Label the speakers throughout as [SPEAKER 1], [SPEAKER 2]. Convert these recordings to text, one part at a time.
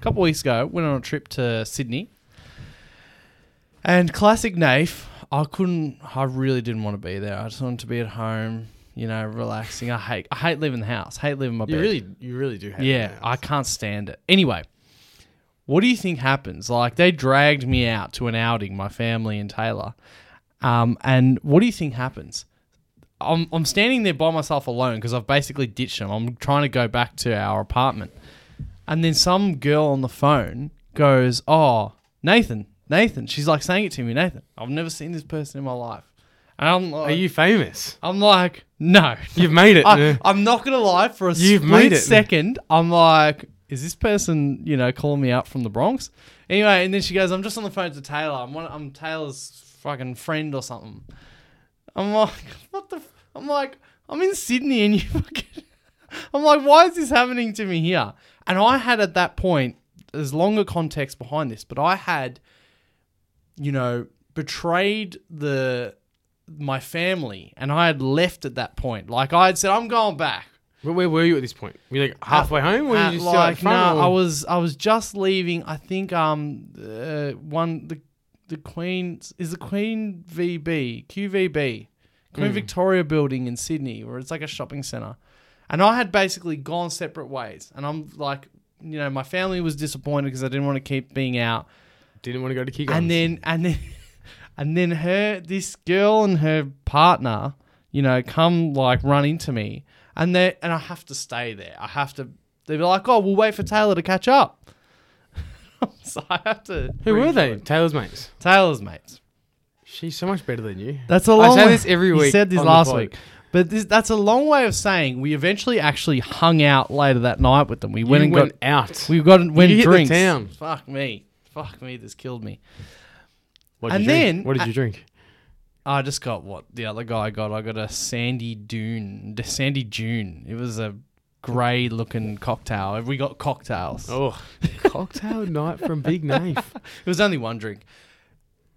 [SPEAKER 1] couple weeks ago, went on a trip to Sydney. And classic Nafe, I couldn't. I really didn't want to be there. I just wanted to be at home, you know, relaxing. I hate. I hate leaving the house. Hate leaving my
[SPEAKER 2] You
[SPEAKER 1] bed.
[SPEAKER 2] really, you really do. Have
[SPEAKER 1] Yeah, I can't stand it. Anyway, what do you think happens? Like they dragged me out to an outing, my family and Taylor. Um, and what do you think happens? I'm I'm standing there by myself alone because I've basically ditched them. I'm trying to go back to our apartment, and then some girl on the phone goes, "Oh, Nathan, Nathan." She's like saying it to me, Nathan. I've never seen this person in my life, and I'm like,
[SPEAKER 2] Are you famous?
[SPEAKER 1] I'm like, no,
[SPEAKER 2] You've made it.
[SPEAKER 1] I,
[SPEAKER 2] yeah.
[SPEAKER 1] I'm not gonna lie. For a
[SPEAKER 2] You've
[SPEAKER 1] split
[SPEAKER 2] made it.
[SPEAKER 1] second, I'm like, is this person, you know, calling me out from the Bronx? Anyway, and then she goes, I'm just on the phone to Taylor. I'm one, I'm Taylor's fucking friend or something. I'm like, what the? F-? I'm like, I'm in Sydney, and you fucking. I'm like, why is this happening to me here? And I had at that point, there's longer context behind this, but I had, you know, betrayed the my family and I had left at that point. Like I had said, I'm going back.
[SPEAKER 2] Where, where were you at this point? Were you like halfway home? Were
[SPEAKER 1] Uh,
[SPEAKER 2] you just still
[SPEAKER 1] like
[SPEAKER 2] out front?
[SPEAKER 1] nah,
[SPEAKER 2] or-
[SPEAKER 1] I was I was just leaving. I think um uh, one the the Queen is the Queen VB QVB
[SPEAKER 2] Hmm.
[SPEAKER 1] Queen Victoria Building in Sydney, where it's like a shopping center. And I had basically gone separate ways. And I'm like, you know, my family was disappointed because I didn't want to keep being out.
[SPEAKER 2] didn't want to go to Kegels.
[SPEAKER 1] And then and then and then her this girl and her partner, you know, come like run into me and they and I have to stay there. I have to they're like, Oh, we'll wait for Taylor to catch up. so I have to
[SPEAKER 2] who were they? Taylor's mates.
[SPEAKER 1] Taylor's mates.
[SPEAKER 2] She's so much better than you.
[SPEAKER 1] That's a
[SPEAKER 2] I
[SPEAKER 1] long
[SPEAKER 2] say
[SPEAKER 1] way-
[SPEAKER 2] this every
[SPEAKER 1] You
[SPEAKER 2] week
[SPEAKER 1] said this
[SPEAKER 2] on the
[SPEAKER 1] last
[SPEAKER 2] pod.
[SPEAKER 1] week. But this, that's a long way of saying we eventually actually hung out later that night with them. We
[SPEAKER 2] You
[SPEAKER 1] went and got
[SPEAKER 2] went out.
[SPEAKER 1] we got and went
[SPEAKER 2] hit the
[SPEAKER 1] drinks.
[SPEAKER 2] town.
[SPEAKER 1] Fuck me. Fuck me, this killed me.
[SPEAKER 2] What
[SPEAKER 1] and
[SPEAKER 2] you drink?
[SPEAKER 1] then-
[SPEAKER 2] what did you drink?
[SPEAKER 1] I just got what the other guy got. I got a Sandy Dune, Sandy June. It was a grey looking cocktail. We got cocktails.
[SPEAKER 2] Oh, cocktail night from Big Knife.
[SPEAKER 1] It was only one drink.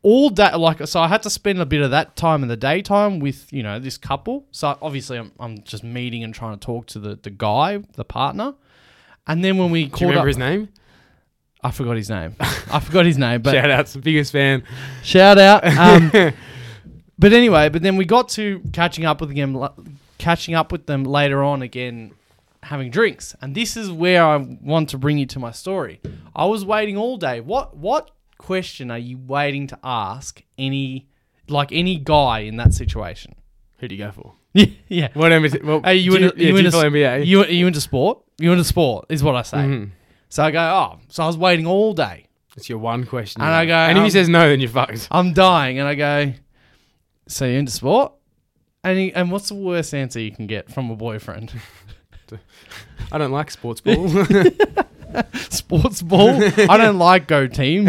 [SPEAKER 1] All day, like so, I had to spend a bit of that time in the daytime with you know this couple. So obviously, I'm, I'm just meeting and trying to talk to the the guy, the partner. And then when we
[SPEAKER 2] Do you
[SPEAKER 1] called
[SPEAKER 2] remember
[SPEAKER 1] up,
[SPEAKER 2] his name?
[SPEAKER 1] I forgot his name. I forgot his name, but
[SPEAKER 2] Shout out, biggest fan.
[SPEAKER 1] Shout out. Um, but anyway, but then we got to catching up with them, catching up with them later on again, having drinks, and this is where I want to bring you to my story. I was waiting all day. What what question are you waiting to ask any like any guy in that situation?
[SPEAKER 2] Who do you go for?
[SPEAKER 1] yeah.
[SPEAKER 2] What NBA? Well,
[SPEAKER 1] Hey, you
[SPEAKER 2] do
[SPEAKER 1] into,
[SPEAKER 2] yeah,
[SPEAKER 1] you,
[SPEAKER 2] do
[SPEAKER 1] into,
[SPEAKER 2] follow NBA?
[SPEAKER 1] you, you into sport? You into sport is what I say. So I go, oh, so I was waiting all day.
[SPEAKER 2] That's your one question.
[SPEAKER 1] And I go,
[SPEAKER 2] and if
[SPEAKER 1] um,
[SPEAKER 2] he says no, then you're fucked.
[SPEAKER 1] I'm dying, and I go, "So you into sport?" And he, and what's the worst answer you can get from a boyfriend?
[SPEAKER 2] I don't like sports ball.
[SPEAKER 1] Sports ball. I don't like go team.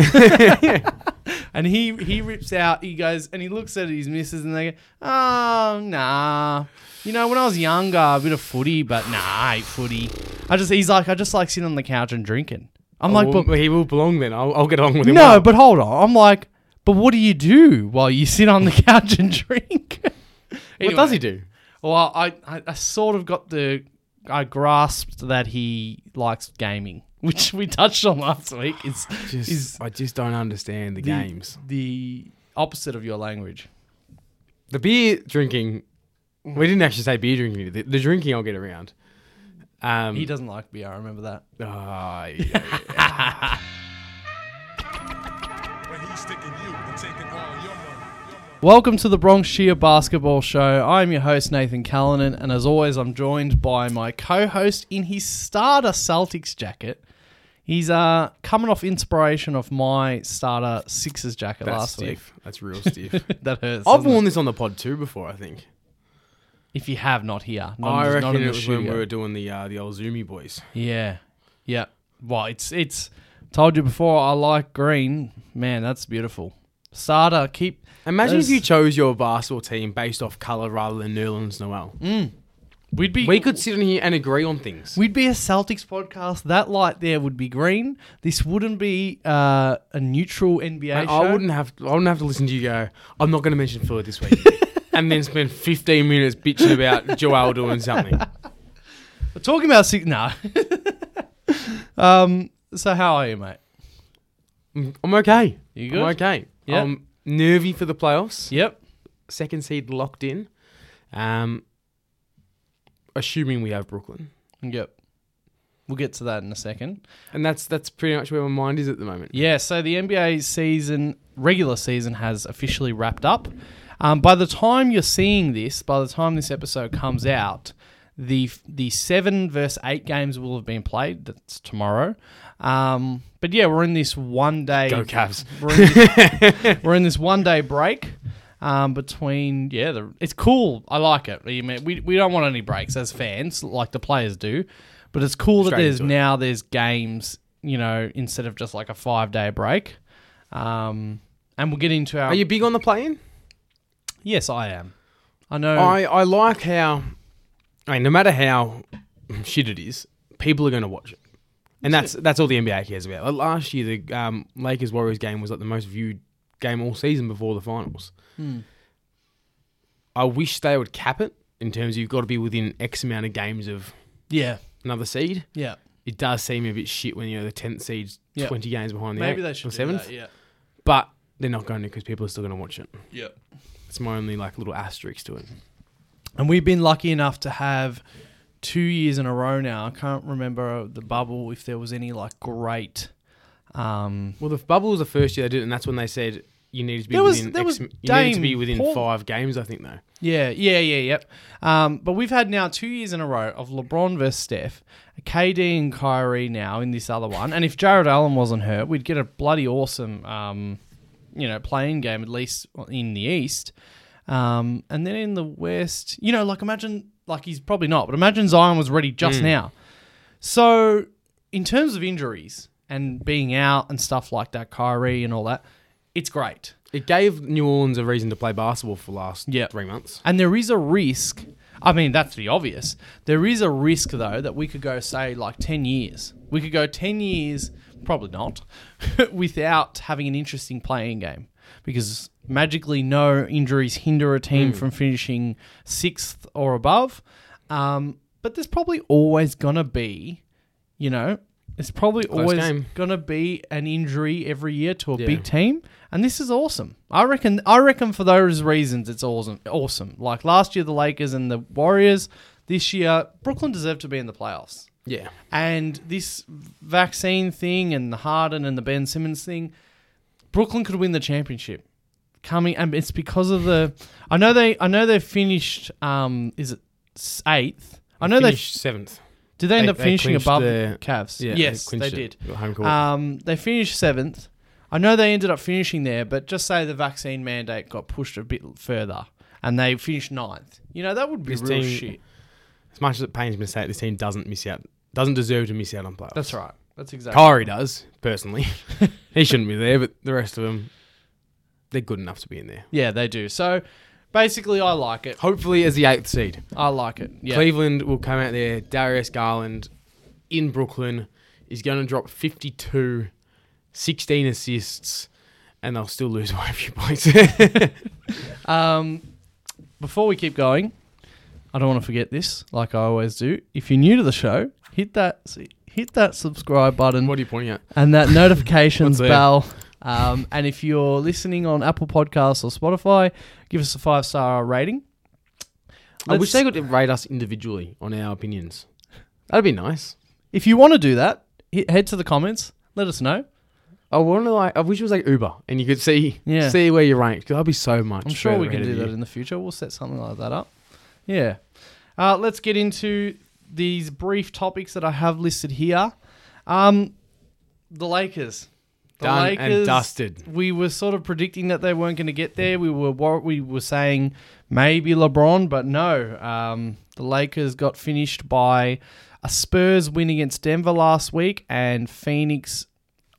[SPEAKER 1] and he he rips out. He goes and he looks at his missus, and they go, "Oh nah, you know when I was younger, a bit of footy, but nah, I hate footy. I just he's like I just like sitting on the couch and drinking. I'm like,
[SPEAKER 2] well,
[SPEAKER 1] but
[SPEAKER 2] he will belong then. I'll, I'll get along with him.
[SPEAKER 1] no,
[SPEAKER 2] well.
[SPEAKER 1] but hold on. I'm like, but what do you do while you sit on the couch and drink?
[SPEAKER 2] what does he do?
[SPEAKER 1] Well, I, I, I sort of got the I grasped that he likes gaming, which we touched on last week. Is
[SPEAKER 2] Just,
[SPEAKER 1] is
[SPEAKER 2] I just don't understand the,
[SPEAKER 1] the,
[SPEAKER 2] games.
[SPEAKER 1] the opposite of your language.
[SPEAKER 2] The beer drinking. We didn't actually say beer drinking. The, the drinking, I'll get around. Um,
[SPEAKER 1] He doesn't like beer. I remember that.
[SPEAKER 2] Ah, yeah.
[SPEAKER 3] When he's sticking you and taking all your money.
[SPEAKER 1] Welcome to the Bronx Shear Basketball Show. I'm your host Nathan Callanan, and as always, I'm joined by my co-host in his starter Celtics jacket. He's uh coming off inspiration of my starter Sixers jacket
[SPEAKER 2] that's
[SPEAKER 1] last
[SPEAKER 2] stiff. That's real stiff.
[SPEAKER 1] week. that hurts.
[SPEAKER 2] I've
[SPEAKER 1] doesn't it?
[SPEAKER 2] worn this on the pod too before. I think.
[SPEAKER 1] If you have not here, not,
[SPEAKER 2] I
[SPEAKER 1] not
[SPEAKER 2] reckon
[SPEAKER 1] in the
[SPEAKER 2] it was when we
[SPEAKER 1] studio.
[SPEAKER 2] were doing the uh, the old Zoomy boys.
[SPEAKER 1] Yeah, yeah. Well, it's it's told you before. I like green, man. That's beautiful. Sada, keep.
[SPEAKER 2] Imagine
[SPEAKER 1] Those-
[SPEAKER 2] if you chose your basketball team based off color rather than Nerlens Noel.
[SPEAKER 1] We'd be
[SPEAKER 2] We could sit in here and agree on things.
[SPEAKER 1] we'd be a Celtics podcast. That light there would be green. This wouldn't be uh, a neutral NBA
[SPEAKER 2] And
[SPEAKER 1] show.
[SPEAKER 2] I wouldn't have I wouldn't have to listen to you go. I'm not going to mention Phil this week, and then spend 15 minutes bitching about Joel doing something.
[SPEAKER 1] We're talking about six. No. um. So how are you, mate?
[SPEAKER 2] I'm, I'm okay.
[SPEAKER 1] You
[SPEAKER 2] I'm
[SPEAKER 1] good?
[SPEAKER 2] okay.
[SPEAKER 1] Yeah.
[SPEAKER 2] I'm nervy for the playoffs.
[SPEAKER 1] Yep.
[SPEAKER 2] Second seed locked in. Um, assuming we have Brooklyn,
[SPEAKER 1] Yep. We'll get to that in a second.
[SPEAKER 2] and that's that's pretty much where my mind is at the moment.
[SPEAKER 1] Yeah, so the NBA season, regular season, has officially wrapped up. Um, by the time you're seeing this, by the time this episode comes out, the the seven versus eight games will have been played. That's tomorrow. Um, but yeah, we're in this one day.
[SPEAKER 2] Go Cavs.
[SPEAKER 1] We're in this, we're in this one day break. Um, between yeah, the, it's cool. I like it. You mean, we we don't want any breaks as fans, like the players do, but it's cool that
[SPEAKER 2] Straight
[SPEAKER 1] there's
[SPEAKER 2] into it.
[SPEAKER 1] now there's games. You know, instead of just like a five day break. Um, and we'll get into our.
[SPEAKER 2] Are you big on the play-in?
[SPEAKER 1] Yes, I am. I know.
[SPEAKER 2] I I like how, I mean, no matter how shit it is, people are going to watch it, and that's that's all the NBA cares about. Like last year, the um, Lakers Warriors game was like the most viewed game all season before the finals.
[SPEAKER 1] Hmm.
[SPEAKER 2] I wish they would cap it in terms of you've got to be within X amount of games of
[SPEAKER 1] yeah.
[SPEAKER 2] another seed.
[SPEAKER 1] Yeah.
[SPEAKER 2] It does seem a bit shit when you know the tenth seed's
[SPEAKER 1] Yeah.
[SPEAKER 2] twenty games behind the
[SPEAKER 1] Maybe
[SPEAKER 2] eight-
[SPEAKER 1] they
[SPEAKER 2] or
[SPEAKER 1] should
[SPEAKER 2] seventh,
[SPEAKER 1] do that. Yeah.
[SPEAKER 2] but they're not going to because people are still going to watch it.
[SPEAKER 1] Yeah.
[SPEAKER 2] It's my only like little asterisk to it.
[SPEAKER 1] And we've been lucky enough to have two years in a row now. I can't remember the bubble if there was any like great. Um,
[SPEAKER 2] Well, the bubble was the first year they did, it, and that's when they said you needed to be
[SPEAKER 1] There was-
[SPEAKER 2] within
[SPEAKER 1] there was
[SPEAKER 2] X, you needed to
[SPEAKER 1] Dame
[SPEAKER 2] be within
[SPEAKER 1] Paul-
[SPEAKER 2] five games. I think though.
[SPEAKER 1] yeah, yeah, yeah, yep. Um, but we've had now two years in a row of LeBron versus Steph, KD and Kyrie now in this other one. And if Jared Allen wasn't hurt, we'd get a bloody awesome, um, you know, playing game at least in the East. Um, and then in the West, you know, like imagine, like he's probably not, but imagine Zion was ready just now. So, in terms of injuries and being out and stuff like that, Kyrie and all that, it's great.
[SPEAKER 2] It gave New Orleans a reason to play basketball for the last
[SPEAKER 1] Yeah.
[SPEAKER 2] three months.
[SPEAKER 1] And there is a risk. I mean, that's the obvious. There is a risk, though, that we could go, say, like 10 years. We could go 10 years, probably not, without having an interesting playing game because magically no injuries hinder a team from finishing sixth or above. Um, but there's probably always going to be, you know, it's probably always
[SPEAKER 2] game.
[SPEAKER 1] going to be an injury every year to a
[SPEAKER 2] Yeah.
[SPEAKER 1] big team, and this is awesome. I reckon. I reckon for those reasons, it's awesome. Awesome. Like last year, the Lakers and the Warriors. This year, Brooklyn deserved to be in the playoffs.
[SPEAKER 2] Yeah,
[SPEAKER 1] And this vaccine thing, and the Harden and the Ben Simmons thing, Brooklyn could win the championship. Coming, and it's because of the. I know they. I know they finished. Um, is it s- eighth? I know they
[SPEAKER 2] finished seventh.
[SPEAKER 1] did they end
[SPEAKER 2] They-
[SPEAKER 1] up
[SPEAKER 2] they
[SPEAKER 1] finishing
[SPEAKER 2] clinched
[SPEAKER 1] above
[SPEAKER 2] the-
[SPEAKER 1] the Cavs?
[SPEAKER 2] Yeah,
[SPEAKER 1] yes,
[SPEAKER 2] clinched
[SPEAKER 1] they
[SPEAKER 2] it.
[SPEAKER 1] did.
[SPEAKER 2] Got Home court.
[SPEAKER 1] Um, they finished seventh. I know they ended up finishing there, but just say the vaccine mandate got pushed a bit further and they finished ninth. You know that would be
[SPEAKER 2] This
[SPEAKER 1] real
[SPEAKER 2] team-
[SPEAKER 1] shit.
[SPEAKER 2] as much as it pains me to say it, this team doesn't miss out. Doesn't deserve to miss out on playoffs.
[SPEAKER 1] That's right. That's exactly.
[SPEAKER 2] Kyrie does personally. he shouldn't be there, but the rest of them, they're good enough to be in there.
[SPEAKER 1] Yeah, they do. So basically, I like it.
[SPEAKER 2] Hopefully, as the eighth seed.
[SPEAKER 1] I like it. Yeah.
[SPEAKER 2] Cleveland will come out there. Darius Garland in Brooklyn is going to drop 52, 16 assists, and they'll still lose by a few points.
[SPEAKER 1] Um, before we keep going, I don't want to forget this, like I always do. If you're new to the show, hit that hit that subscribe button.
[SPEAKER 2] what are you pointing at?
[SPEAKER 1] and that notifications
[SPEAKER 2] What's there?
[SPEAKER 1] bell. Um, and if you're listening on Apple Podcasts or Spotify, give us a five star rating.
[SPEAKER 2] I
[SPEAKER 1] Let's-
[SPEAKER 2] wish they could rate us individually on our opinions. That'd be nice.
[SPEAKER 1] If you want to do that, he- head to the comments. Let us know.
[SPEAKER 2] I want to like. I wish it was like Uber, and you could see
[SPEAKER 1] Yeah.
[SPEAKER 2] see where you're ranked. Cause I'll be so much.
[SPEAKER 1] I'm sure
[SPEAKER 2] further
[SPEAKER 1] we can
[SPEAKER 2] ahead
[SPEAKER 1] do
[SPEAKER 2] of
[SPEAKER 1] that
[SPEAKER 2] you.
[SPEAKER 1] in the future. We'll set something like that up. Yeah. Uh, let's get into these brief topics that I have listed here. Um, the Lakers. The
[SPEAKER 2] Done and dusted.
[SPEAKER 1] We were sort of predicting that they weren't going to get there. We were wor- we were saying maybe LeBron, but no. Um, the Lakers got finished by a Spurs win against Denver last week and Phoenix.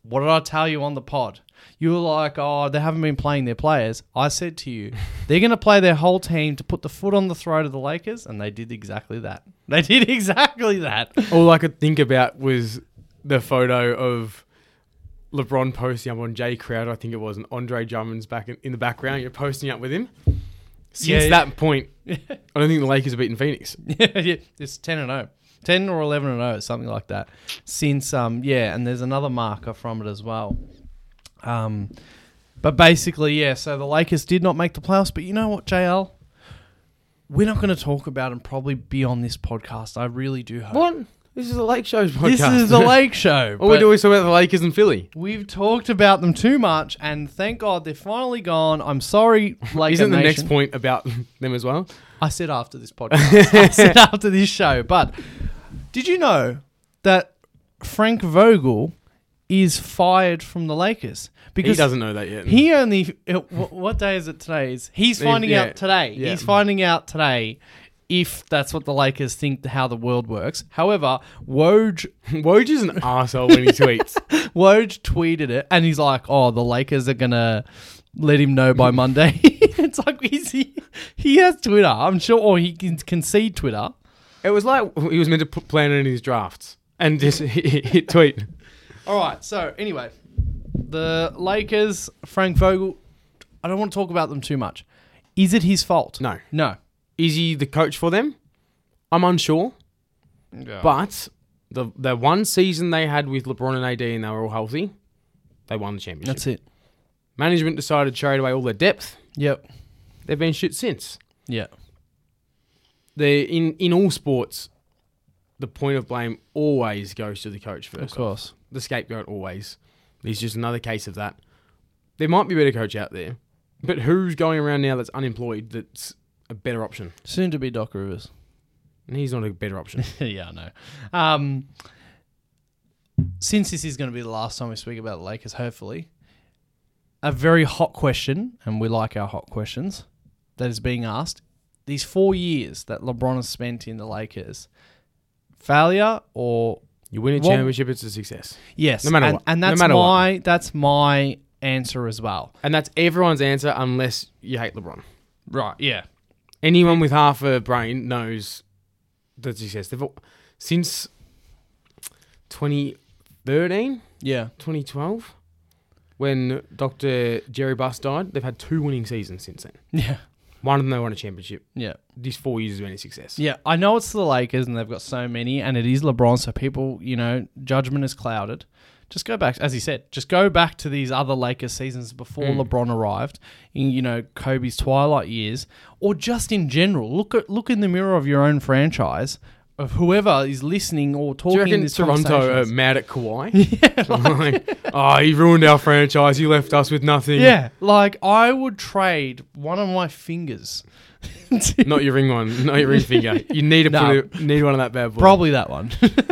[SPEAKER 1] What did I tell you on the pod? You were like, oh, they haven't been playing their players. I said to you, they're going to play their whole team to put the foot on the throat of the Lakers, and they did exactly that. They did exactly that.
[SPEAKER 2] All I could think about was the photo of LeBron posting up on Jay Crowder, I think it was, and Andre Drummond's back in, in the background. You're posting up with him. Since
[SPEAKER 1] Yeah.
[SPEAKER 2] that point, I don't think the Lakers have beaten Phoenix.
[SPEAKER 1] Yeah, yeah, it's 10 and 0. ten or eleven and zero, something like that. Since um, yeah, and there's another marker from it as well. Um, but basically, yeah. So the Lakers did not make the playoffs, but you know what, JL. We're not going to talk about and probably be on this podcast. I really do hope.
[SPEAKER 2] What? This is the Lake Show's podcast.
[SPEAKER 1] This is the Lake Show.
[SPEAKER 2] All we
[SPEAKER 1] but-
[SPEAKER 2] do is talk about the Lakers and Philly.
[SPEAKER 1] We've talked about them too much, and thank God they're finally gone. I'm sorry, Laker
[SPEAKER 2] Isn't the next
[SPEAKER 1] Nation.
[SPEAKER 2] point about them as well?
[SPEAKER 1] I said after this podcast, I said after this show. But did you know that Frank Vogel is fired from the Lakers
[SPEAKER 2] He
[SPEAKER 1] because
[SPEAKER 2] doesn't know that yet.
[SPEAKER 1] he only uh, wh- what day is it today? Is he's finding
[SPEAKER 2] yeah,
[SPEAKER 1] out today?
[SPEAKER 2] yeah.
[SPEAKER 1] He's finding out today if that's what the Lakers think how the world works. However, Woj
[SPEAKER 2] Woj is an arsehole when he tweets.
[SPEAKER 1] Woj tweeted it, and he's like, "Oh, the Lakers are gonna let him know by Monday." it's like he's, he he has Twitter, I'm sure, or he can, can see Twitter.
[SPEAKER 2] It was like he was meant to put plan it in his drafts and just hit, hit tweet.
[SPEAKER 1] All right. So anyway, the Lakers, Frank Vogel. I don't want to talk about them too much. Is it his fault?
[SPEAKER 2] No.
[SPEAKER 1] No.
[SPEAKER 2] Is he the coach for them? I'm unsure.
[SPEAKER 1] But
[SPEAKER 2] But the the one season they had with LeBron and AD and they were all healthy, they won the championship.
[SPEAKER 1] that's it.
[SPEAKER 2] Management decided to trade away all their depth.
[SPEAKER 1] Yep.
[SPEAKER 2] They've been shit since.
[SPEAKER 1] Yeah.
[SPEAKER 2] They in in all sports, the point of blame always goes to the coach
[SPEAKER 1] Of
[SPEAKER 2] first.
[SPEAKER 1] course.
[SPEAKER 2] The scapegoat always. He's just another case of that. There might be a better coach out there, but who's going around now that's unemployed that's a better option?
[SPEAKER 1] Soon to be Doc Rivers.
[SPEAKER 2] And he's not a better option.
[SPEAKER 1] yeah, I know. Um, since this is going to be the last time we speak about the Lakers, hopefully, a very hot question, and we like our hot questions, that is being asked. These four years that LeBron has spent in the Lakers, failure or
[SPEAKER 2] You win a
[SPEAKER 1] Well-
[SPEAKER 2] championship, it's a success.
[SPEAKER 1] yes,
[SPEAKER 2] No matter
[SPEAKER 1] and,
[SPEAKER 2] what.
[SPEAKER 1] and
[SPEAKER 2] No
[SPEAKER 1] that's
[SPEAKER 2] matter what.
[SPEAKER 1] my that's my answer as well.
[SPEAKER 2] And that's everyone's answer unless you hate LeBron.
[SPEAKER 1] Right? Yeah.
[SPEAKER 2] anyone with half a brain knows that success. They've all, since 2013,
[SPEAKER 1] Yeah.
[SPEAKER 2] 2012, when Dr. Jerry Buss died, they've had two winning seasons since then.
[SPEAKER 1] Yeah.
[SPEAKER 2] One of them they won a championship.
[SPEAKER 1] Yeah.
[SPEAKER 2] These four years has been a success.
[SPEAKER 1] Yeah, I know it's the Lakers and they've got so many, and it is LeBron, so people, you know, judgment is clouded. Just go back, as he said, just go back to these other Lakers seasons before
[SPEAKER 2] Mm.
[SPEAKER 1] LeBron arrived, in you know Kobe's twilight years, or just in general. Look at look in the mirror of your own franchise of whoever is listening or
[SPEAKER 2] Do you
[SPEAKER 1] talking. in
[SPEAKER 2] reckon
[SPEAKER 1] this
[SPEAKER 2] Toronto are
[SPEAKER 1] conversations.
[SPEAKER 2] mad at Kawhi? Yeah, oh, he ruined our franchise. He left us with nothing.
[SPEAKER 1] yeah, like I would trade one of my fingers. to-
[SPEAKER 2] Not your ring one. Not your ring finger. You need to
[SPEAKER 1] No.
[SPEAKER 2] put a, need one of that bad boy.
[SPEAKER 1] Probably that one.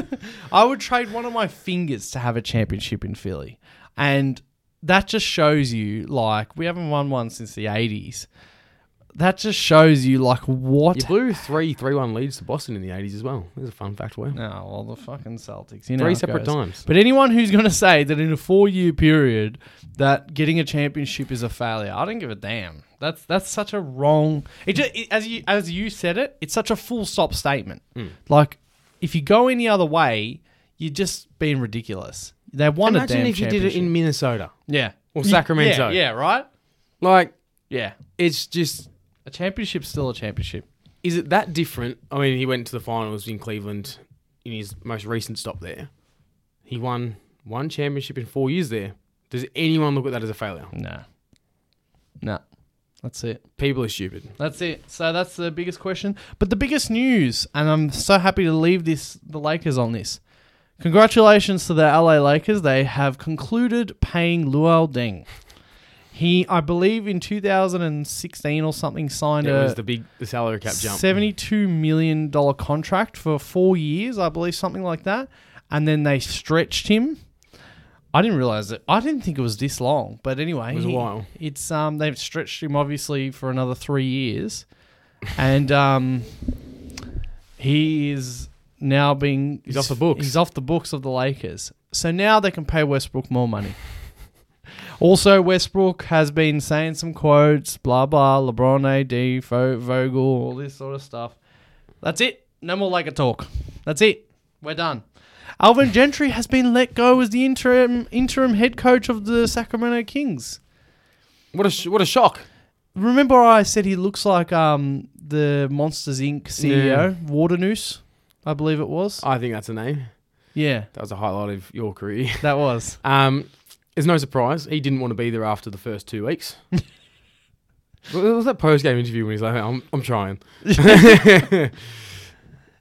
[SPEAKER 1] I would trade one of my fingers to have a championship in Philly. And that just shows you, like, we haven't won one since the 80s. That just shows you, like, what.
[SPEAKER 2] You blew three three-one leads to Boston in the 80s as well. There's a fun fact for you.
[SPEAKER 1] No, well, the fucking Celtics. You know
[SPEAKER 2] Three
[SPEAKER 1] how it
[SPEAKER 2] separate
[SPEAKER 1] goes.
[SPEAKER 2] times.
[SPEAKER 1] But anyone who's going to say that in a four-year period that getting a championship is a failure, I don't give a damn. That's that's such a wrong. It just it, as you as you said it, it's such a full stop statement.
[SPEAKER 2] Hmm.
[SPEAKER 1] Like if you go any other way, you're just being ridiculous. They won a
[SPEAKER 2] Imagine
[SPEAKER 1] damn
[SPEAKER 2] if you did it in Minnesota.
[SPEAKER 1] yeah
[SPEAKER 2] or
[SPEAKER 1] You-
[SPEAKER 2] Sacramento.
[SPEAKER 1] Yeah, yeah, right.
[SPEAKER 2] Like,
[SPEAKER 1] Yeah,
[SPEAKER 2] it's just,
[SPEAKER 1] a championship's still a championship.
[SPEAKER 2] is it that different? I mean, he went to the finals in Cleveland in his most recent stop there. He won one championship in four years there. Does anyone look at that as a failure?
[SPEAKER 1] Nah, nah, that's it.
[SPEAKER 2] People are stupid.
[SPEAKER 1] That's it. So that's the biggest question. But the biggest news, and I'm so happy to leave this the Lakers on this. Congratulations to the LA Lakers. They have concluded paying Luol Deng. He, I believe, in 2016 or something, signed
[SPEAKER 2] It was
[SPEAKER 1] a
[SPEAKER 2] the big the salary cap jump.
[SPEAKER 1] 72 million dollar contract for four years, I believe, something like that. And then they stretched him. I didn't realize it. I didn't think it was this long, but anyway,
[SPEAKER 2] It was a
[SPEAKER 1] he-
[SPEAKER 2] while.
[SPEAKER 1] It's um, they've stretched him obviously for another three years, and um, he is now being
[SPEAKER 2] He's off the books.
[SPEAKER 1] He's off the books of the Lakers. So now they can pay Westbrook more money. Also, Westbrook has been saying some quotes, blah blah, LeBron, AD, Fo- Vogel, all this sort of stuff. That's it. No more Laker talk. That's it. We're done. Alvin Gentry has been let go as the interim interim head coach of the Sacramento Kings.
[SPEAKER 2] What a, sh- what a shock.
[SPEAKER 1] Remember, E I said he looks like um the Monsters Inc. CEO Waternoose. I believe it was.
[SPEAKER 2] I think that's a name.
[SPEAKER 1] yeah,
[SPEAKER 2] That was a highlight of your career.
[SPEAKER 1] that was.
[SPEAKER 2] Um, it's no surprise he didn't want to be there after the first two weeks. What was that post game interview when he's like, "I'm, I'm trying."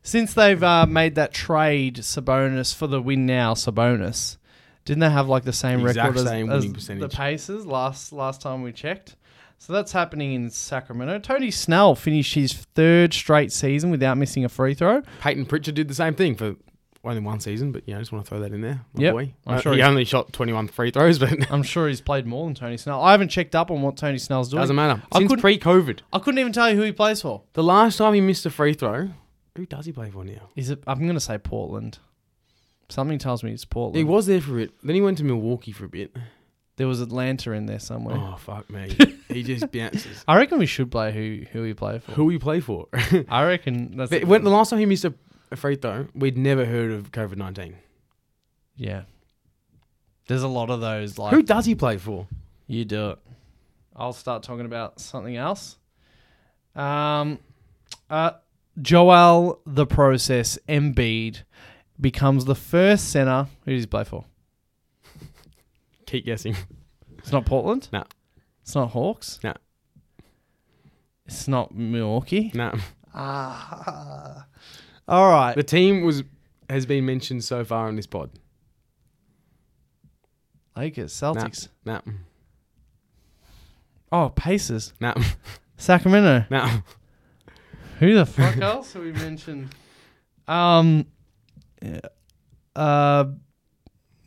[SPEAKER 1] Since they've uh, made that trade Sabonis for the win now Sabonis, didn't they have like the same
[SPEAKER 2] Exact
[SPEAKER 1] record as-
[SPEAKER 2] same
[SPEAKER 1] as,
[SPEAKER 2] winning percentage.
[SPEAKER 1] the Pacers last last time we checked? So that's happening in Sacramento. Tony Snell finished his third straight season without missing a free throw.
[SPEAKER 2] Peyton Pritchard did the same thing for only one season, but you know, I just want to throw that in there. My
[SPEAKER 1] Yep.
[SPEAKER 2] boy.
[SPEAKER 1] I'm
[SPEAKER 2] Uh,
[SPEAKER 1] sure
[SPEAKER 2] he
[SPEAKER 1] he's-
[SPEAKER 2] only shot 21 free throws, but
[SPEAKER 1] I'm sure he's played more than Tony Snell. I haven't checked up on what Tony Snell's doing.
[SPEAKER 2] doesn't matter.
[SPEAKER 1] I
[SPEAKER 2] Since
[SPEAKER 1] couldn't-
[SPEAKER 2] pre-COVID,
[SPEAKER 1] I couldn't even tell you who he plays for.
[SPEAKER 2] the last time he missed a free throw, who does he play for now?
[SPEAKER 1] Is it? I'm gonna say Portland. Something tells me it's Portland.
[SPEAKER 2] He was there for it. Then he went to Milwaukee for a bit.
[SPEAKER 1] there was Atlanta in there somewhere.
[SPEAKER 2] Oh fuck me, he just bounces.
[SPEAKER 1] I reckon we should play who who we play for.
[SPEAKER 2] Who he play for?
[SPEAKER 1] I reckon that's
[SPEAKER 2] But when the last time he missed a, a free throw, we'd never heard of COVID nineteen.
[SPEAKER 1] yeah. There's a lot of those. Like
[SPEAKER 2] Who does he play for?
[SPEAKER 1] you do it. I'll start talking about something else. Um, uh, Joel the process Embiid becomes the first center. Who does he play for?
[SPEAKER 2] Keep guessing.
[SPEAKER 1] It's not Portland.
[SPEAKER 2] No.
[SPEAKER 1] It's not Hawks.
[SPEAKER 2] No.
[SPEAKER 1] It's not Milwaukee.
[SPEAKER 2] No,
[SPEAKER 1] Ah. All right.
[SPEAKER 2] the team was has been mentioned so far in this pod.
[SPEAKER 1] Lakers,
[SPEAKER 2] No,
[SPEAKER 1] Celtics.
[SPEAKER 2] no,
[SPEAKER 1] Oh, Pacers.
[SPEAKER 2] no,
[SPEAKER 1] Sacramento.
[SPEAKER 2] no.
[SPEAKER 1] Who the fuck else have we mentioned? Um, yeah, uh,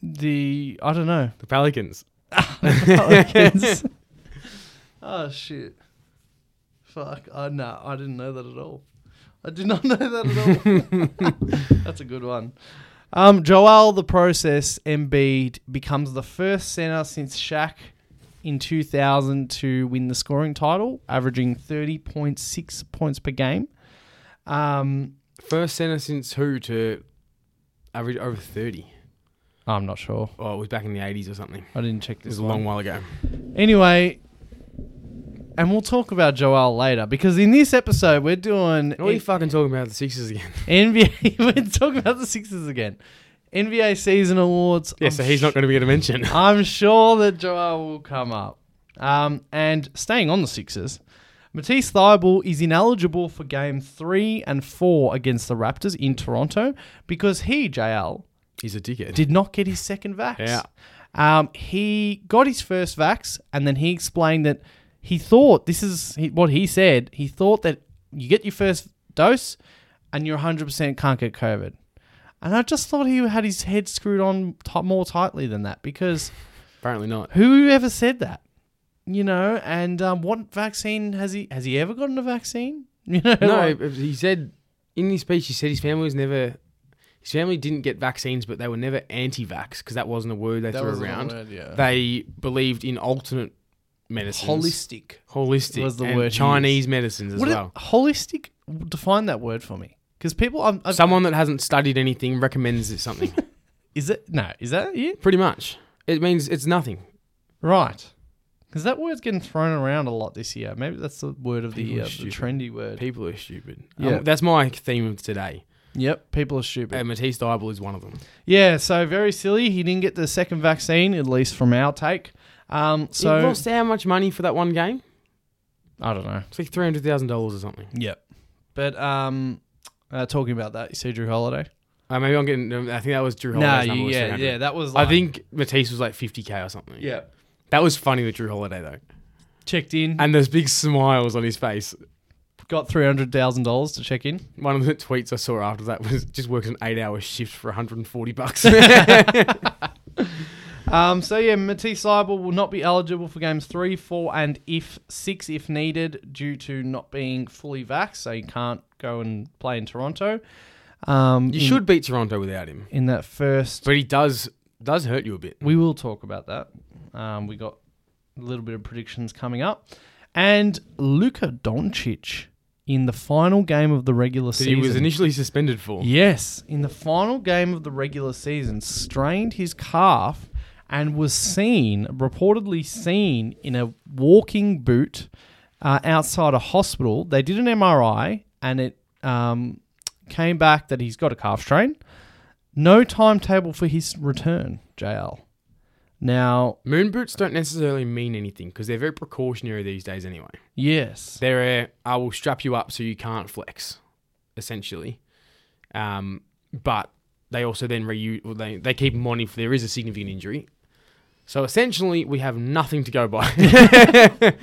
[SPEAKER 1] the I don't know.
[SPEAKER 2] The Pelicans.
[SPEAKER 1] Pelicans. oh shit! Fuck! Oh, no, I didn't know that at all. I did not know that at all. That's a good one. Um, Joel, the process, Embiid becomes the first center since Shaq in 2000 to win the scoring title, averaging 30.6 points per game. Um,
[SPEAKER 2] First center since who to average over thirty?
[SPEAKER 1] I'm not sure.
[SPEAKER 2] Oh, it was back in the eighties or something.
[SPEAKER 1] I didn't check
[SPEAKER 2] It
[SPEAKER 1] this.
[SPEAKER 2] was a long while ago.
[SPEAKER 1] Anyway, and we'll talk about Joel later because in this episode we're doing
[SPEAKER 2] What are you fucking talking about the Sixers again?
[SPEAKER 1] NBA. we're talking about the Sixers again. NBA season awards.
[SPEAKER 2] Yeah,
[SPEAKER 1] I'm
[SPEAKER 2] so he's not going to be able to mention.
[SPEAKER 1] I'm sure that Joel will come up. Um, and staying on the Sixers, Matisse Thibault is ineligible for game three and four against the Raptors in Toronto because he, JL,
[SPEAKER 2] He's a dickhead.
[SPEAKER 1] did not get his second vax.
[SPEAKER 2] Yeah.
[SPEAKER 1] Um, he got his first vax, and then he explained that he thought this is he, what he said. He thought that you get your first dose, and you're 100% can't get COVID. And I just thought he had his head screwed on t- more tightly than that because
[SPEAKER 2] Apparently not.
[SPEAKER 1] whoever said that, you know, and um, what vaccine has he has he ever gotten a vaccine? You know,
[SPEAKER 2] No,
[SPEAKER 1] like-
[SPEAKER 2] he said in his speech. He said his family was never. His family didn't get vaccines, but they were never anti-vax because that wasn't a word they threw around. They believed in alternate medicines,
[SPEAKER 1] holistic.
[SPEAKER 2] holistic,
[SPEAKER 1] was the
[SPEAKER 2] and
[SPEAKER 1] word he
[SPEAKER 2] Chinese medicines as
[SPEAKER 1] Would
[SPEAKER 2] well.
[SPEAKER 1] it, holistic define that word for me because people I'm, I'm-
[SPEAKER 2] Someone that hasn't studied anything recommends it something.
[SPEAKER 1] is it no is that it
[SPEAKER 2] Pretty much, it means it's nothing.
[SPEAKER 1] right because that word's getting thrown around a lot this year maybe that's the word of the
[SPEAKER 2] People
[SPEAKER 1] year
[SPEAKER 2] are
[SPEAKER 1] the
[SPEAKER 2] stupid.
[SPEAKER 1] trendy word
[SPEAKER 2] People are stupid.
[SPEAKER 1] Yeah.
[SPEAKER 2] Um, that's my theme of today. Um,
[SPEAKER 1] yep people are stupid
[SPEAKER 2] And Matisse Dybul is one of them.
[SPEAKER 1] yeah so very silly he didn't get the second vaccine at least from our take um
[SPEAKER 2] So
[SPEAKER 1] so
[SPEAKER 2] lost how much money for that one game?
[SPEAKER 1] I don't know
[SPEAKER 2] It's like three hundred thousand dollars or something.
[SPEAKER 1] yep but um uh, talking about that you see Drew Holiday
[SPEAKER 2] Uh, maybe I'm getting. I think that was Drew.
[SPEAKER 1] no
[SPEAKER 2] Holiday's number
[SPEAKER 1] you-
[SPEAKER 2] was
[SPEAKER 1] yeah
[SPEAKER 2] 300.
[SPEAKER 1] yeah that was
[SPEAKER 2] I
[SPEAKER 1] like,
[SPEAKER 2] think Matisse was like 50k or something.
[SPEAKER 1] yeah
[SPEAKER 2] That was funny with Drew Holiday though.
[SPEAKER 1] checked in
[SPEAKER 2] And there's big smiles on his face.
[SPEAKER 1] got three hundred thousand dollars to check in
[SPEAKER 2] One of the tweets I saw after that was just works an eight hour shift for 140 bucks.
[SPEAKER 1] Um, so yeah, Matisse Seibel will not be eligible for games three, four, and if six if needed due to not being fully vaxxed, so he can't go and play in Toronto. Um,
[SPEAKER 2] you
[SPEAKER 1] in-
[SPEAKER 2] should beat Toronto without him.
[SPEAKER 1] in that first.
[SPEAKER 2] But he does does hurt you a bit.
[SPEAKER 1] We will talk about that. Um, we got a little bit of predictions coming up, and Luka Doncic in the final game of the regular
[SPEAKER 2] That
[SPEAKER 1] season.
[SPEAKER 2] he was initially suspended for.
[SPEAKER 1] Yes, in the final game of the regular season, strained his calf and was seen, reportedly seen, in a walking boot uh, outside a hospital. They did an MRI and it um, came back that he's got a calf strain. No timetable for his return, JL. Now,
[SPEAKER 2] Moon boots don't necessarily mean anything because they're very precautionary these days anyway.
[SPEAKER 1] yes,
[SPEAKER 2] They're a, I will strap you up so you can't flex, essentially. Um, but they also then reuse, well, they, they keep them on if there is a significant injury. So essentially, we have nothing to go by.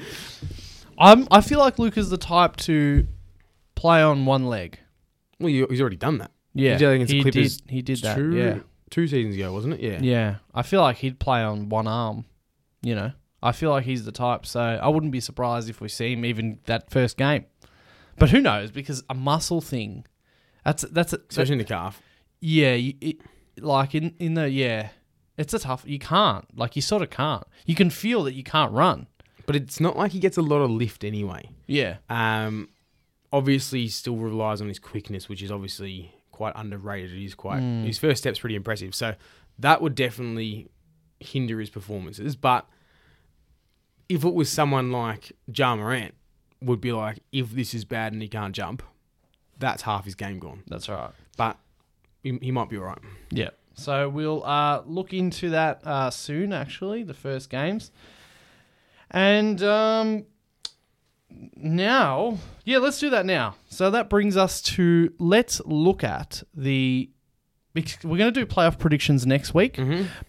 [SPEAKER 1] I'm. I feel like Luke is the type to play on one leg.
[SPEAKER 2] well, you, he's already done that.
[SPEAKER 1] Yeah,
[SPEAKER 2] He did that against the
[SPEAKER 1] he
[SPEAKER 2] Clippers
[SPEAKER 1] did. He did that.
[SPEAKER 2] two,
[SPEAKER 1] Yeah,
[SPEAKER 2] two seasons ago, wasn't it? Yeah.
[SPEAKER 1] yeah. I feel like he'd play on one arm. You know, I feel like he's the type. So I wouldn't be surprised if we see him even that first game. But who knows? Because a muscle thing. That's that's
[SPEAKER 2] Especially in the calf.
[SPEAKER 1] Yeah, you, it, like in in the yeah, it's a tough. You can't like you sort of can't. You can feel that you can't run.
[SPEAKER 2] But it's not like he gets a lot of lift anyway.
[SPEAKER 1] Yeah,
[SPEAKER 2] Um, obviously, he still relies on his quickness, which is obviously quite underrated. He's quite his first step's pretty impressive. So that would definitely hinder his performances. But if it was someone like Ja Morant, would be like, if this is bad and he can't jump, that's half his game gone.
[SPEAKER 1] that's right.
[SPEAKER 2] But he, he might be all right.
[SPEAKER 1] Yeah. So we'll uh, look into that uh, soon. Actually, the first games, and um, now yeah, let's do that now. So that brings us to let's look at the. bec- We're going to do playoff predictions next week,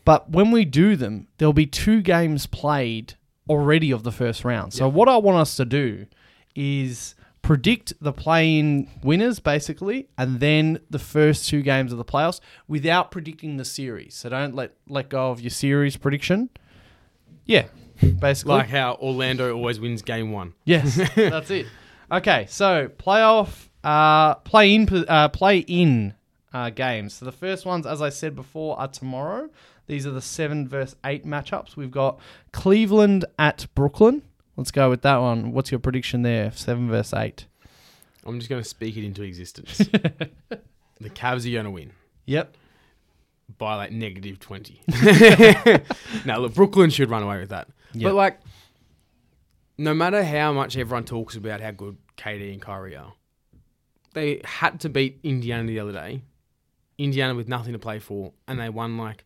[SPEAKER 1] but when we do them, there'll be two games played already of the first round. So what I want us to do is predict the play-in winners basically, and then the first two games of the playoffs without predicting the series. So don't let let go of your series prediction. Yeah, basically.
[SPEAKER 2] Like how Orlando always wins game one.
[SPEAKER 1] Yes, that's it. Okay, so playoff, uh, play in, uh, play in uh, games. So the first ones, as I said before, are tomorrow. These are the seven versus eight matchups. We've got Cleveland at Brooklyn. Let's go with that one. What's your prediction there? Seven versus eight.
[SPEAKER 2] I'm just going to speak it into existence. the Cavs are going to win.
[SPEAKER 1] Yep.
[SPEAKER 2] by like negative 20. now, look, Brooklyn should run away with that.
[SPEAKER 1] Yeah.
[SPEAKER 2] But like, no matter how much everyone talks about how good KD and Kyrie are, they had to beat Indiana the other day. Indiana with nothing to play for, and they won like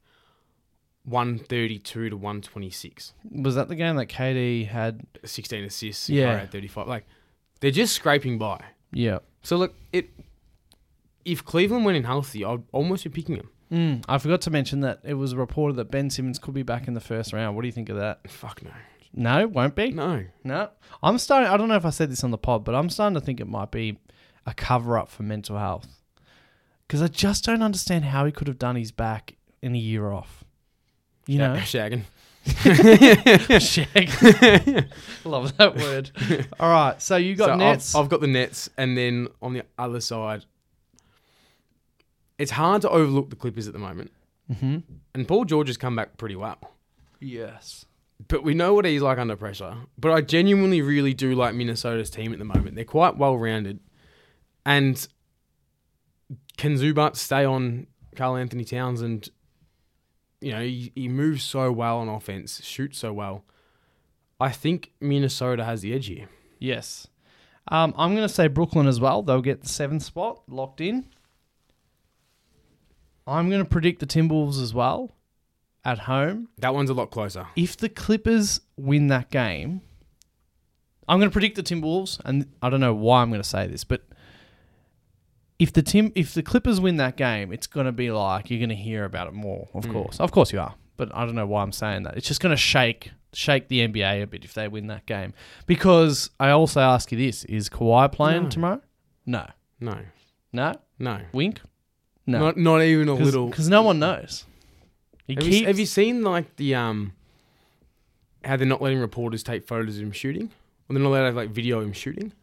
[SPEAKER 2] 132 to 126.
[SPEAKER 1] Was that the game that KD had?
[SPEAKER 2] 16 assists,
[SPEAKER 1] Yeah.
[SPEAKER 2] yeah. Kyrie had 35. Like, they're just scraping by.
[SPEAKER 1] Yeah.
[SPEAKER 2] So, look, it. If Cleveland went in healthy, I'd almost be picking them.
[SPEAKER 1] Mm, I forgot to mention that it was reported that Ben Simmons could be back in the first round. What do you think of that?
[SPEAKER 2] Fuck no.
[SPEAKER 1] No, won't be.
[SPEAKER 2] No.
[SPEAKER 1] No, I'm starting. I don't know if I said this on the pod, but I'm starting to think it might be a cover up for mental health because I just don't understand how he could have done his back in a year off. You know,
[SPEAKER 2] Shagging.
[SPEAKER 1] shag. Love that word. All right, so you got
[SPEAKER 2] So I've-
[SPEAKER 1] nets.
[SPEAKER 2] I've, got the Nets, and then on the other side, it's hard to overlook the Clippers at the moment.
[SPEAKER 1] mm-hmm.
[SPEAKER 2] And Paul George has come back pretty well,
[SPEAKER 1] Yes.
[SPEAKER 2] but we know what he's like under pressure. But I genuinely really do like Minnesota's team at the moment. They're quite well rounded, and can Zubat stay on Carl Anthony Towns? And you know he, he moves so well on offense, shoots so well. I think Minnesota has the edge here.
[SPEAKER 1] Yes. Um, I'm going to say Brooklyn as well. They'll get the seventh spot locked in. I'm going to predict the Timberwolves as well at home.
[SPEAKER 2] That one's a lot closer.
[SPEAKER 1] if the Clippers win that game, I'm going to predict the Timberwolves, and I don't know why I'm going to say this, but if the Tim if the Clippers win that game, it's going to be like you're going to hear about it more. Of
[SPEAKER 2] Hmm.
[SPEAKER 1] course, of course you are, but I don't know why I'm saying that. It's just going to shake shake the NBA a bit if they win that game, because I also ask you this: Is Kawhi playing
[SPEAKER 2] No.
[SPEAKER 1] tomorrow? No,
[SPEAKER 2] No,
[SPEAKER 1] no,
[SPEAKER 2] no.
[SPEAKER 1] wink, no,
[SPEAKER 2] Not, not even a little.
[SPEAKER 1] because no one knows. He
[SPEAKER 2] have, you,
[SPEAKER 1] keeps-
[SPEAKER 2] have you seen like the um, how they're not letting reporters take photos of him shooting, or they're not allowed to like video him shooting?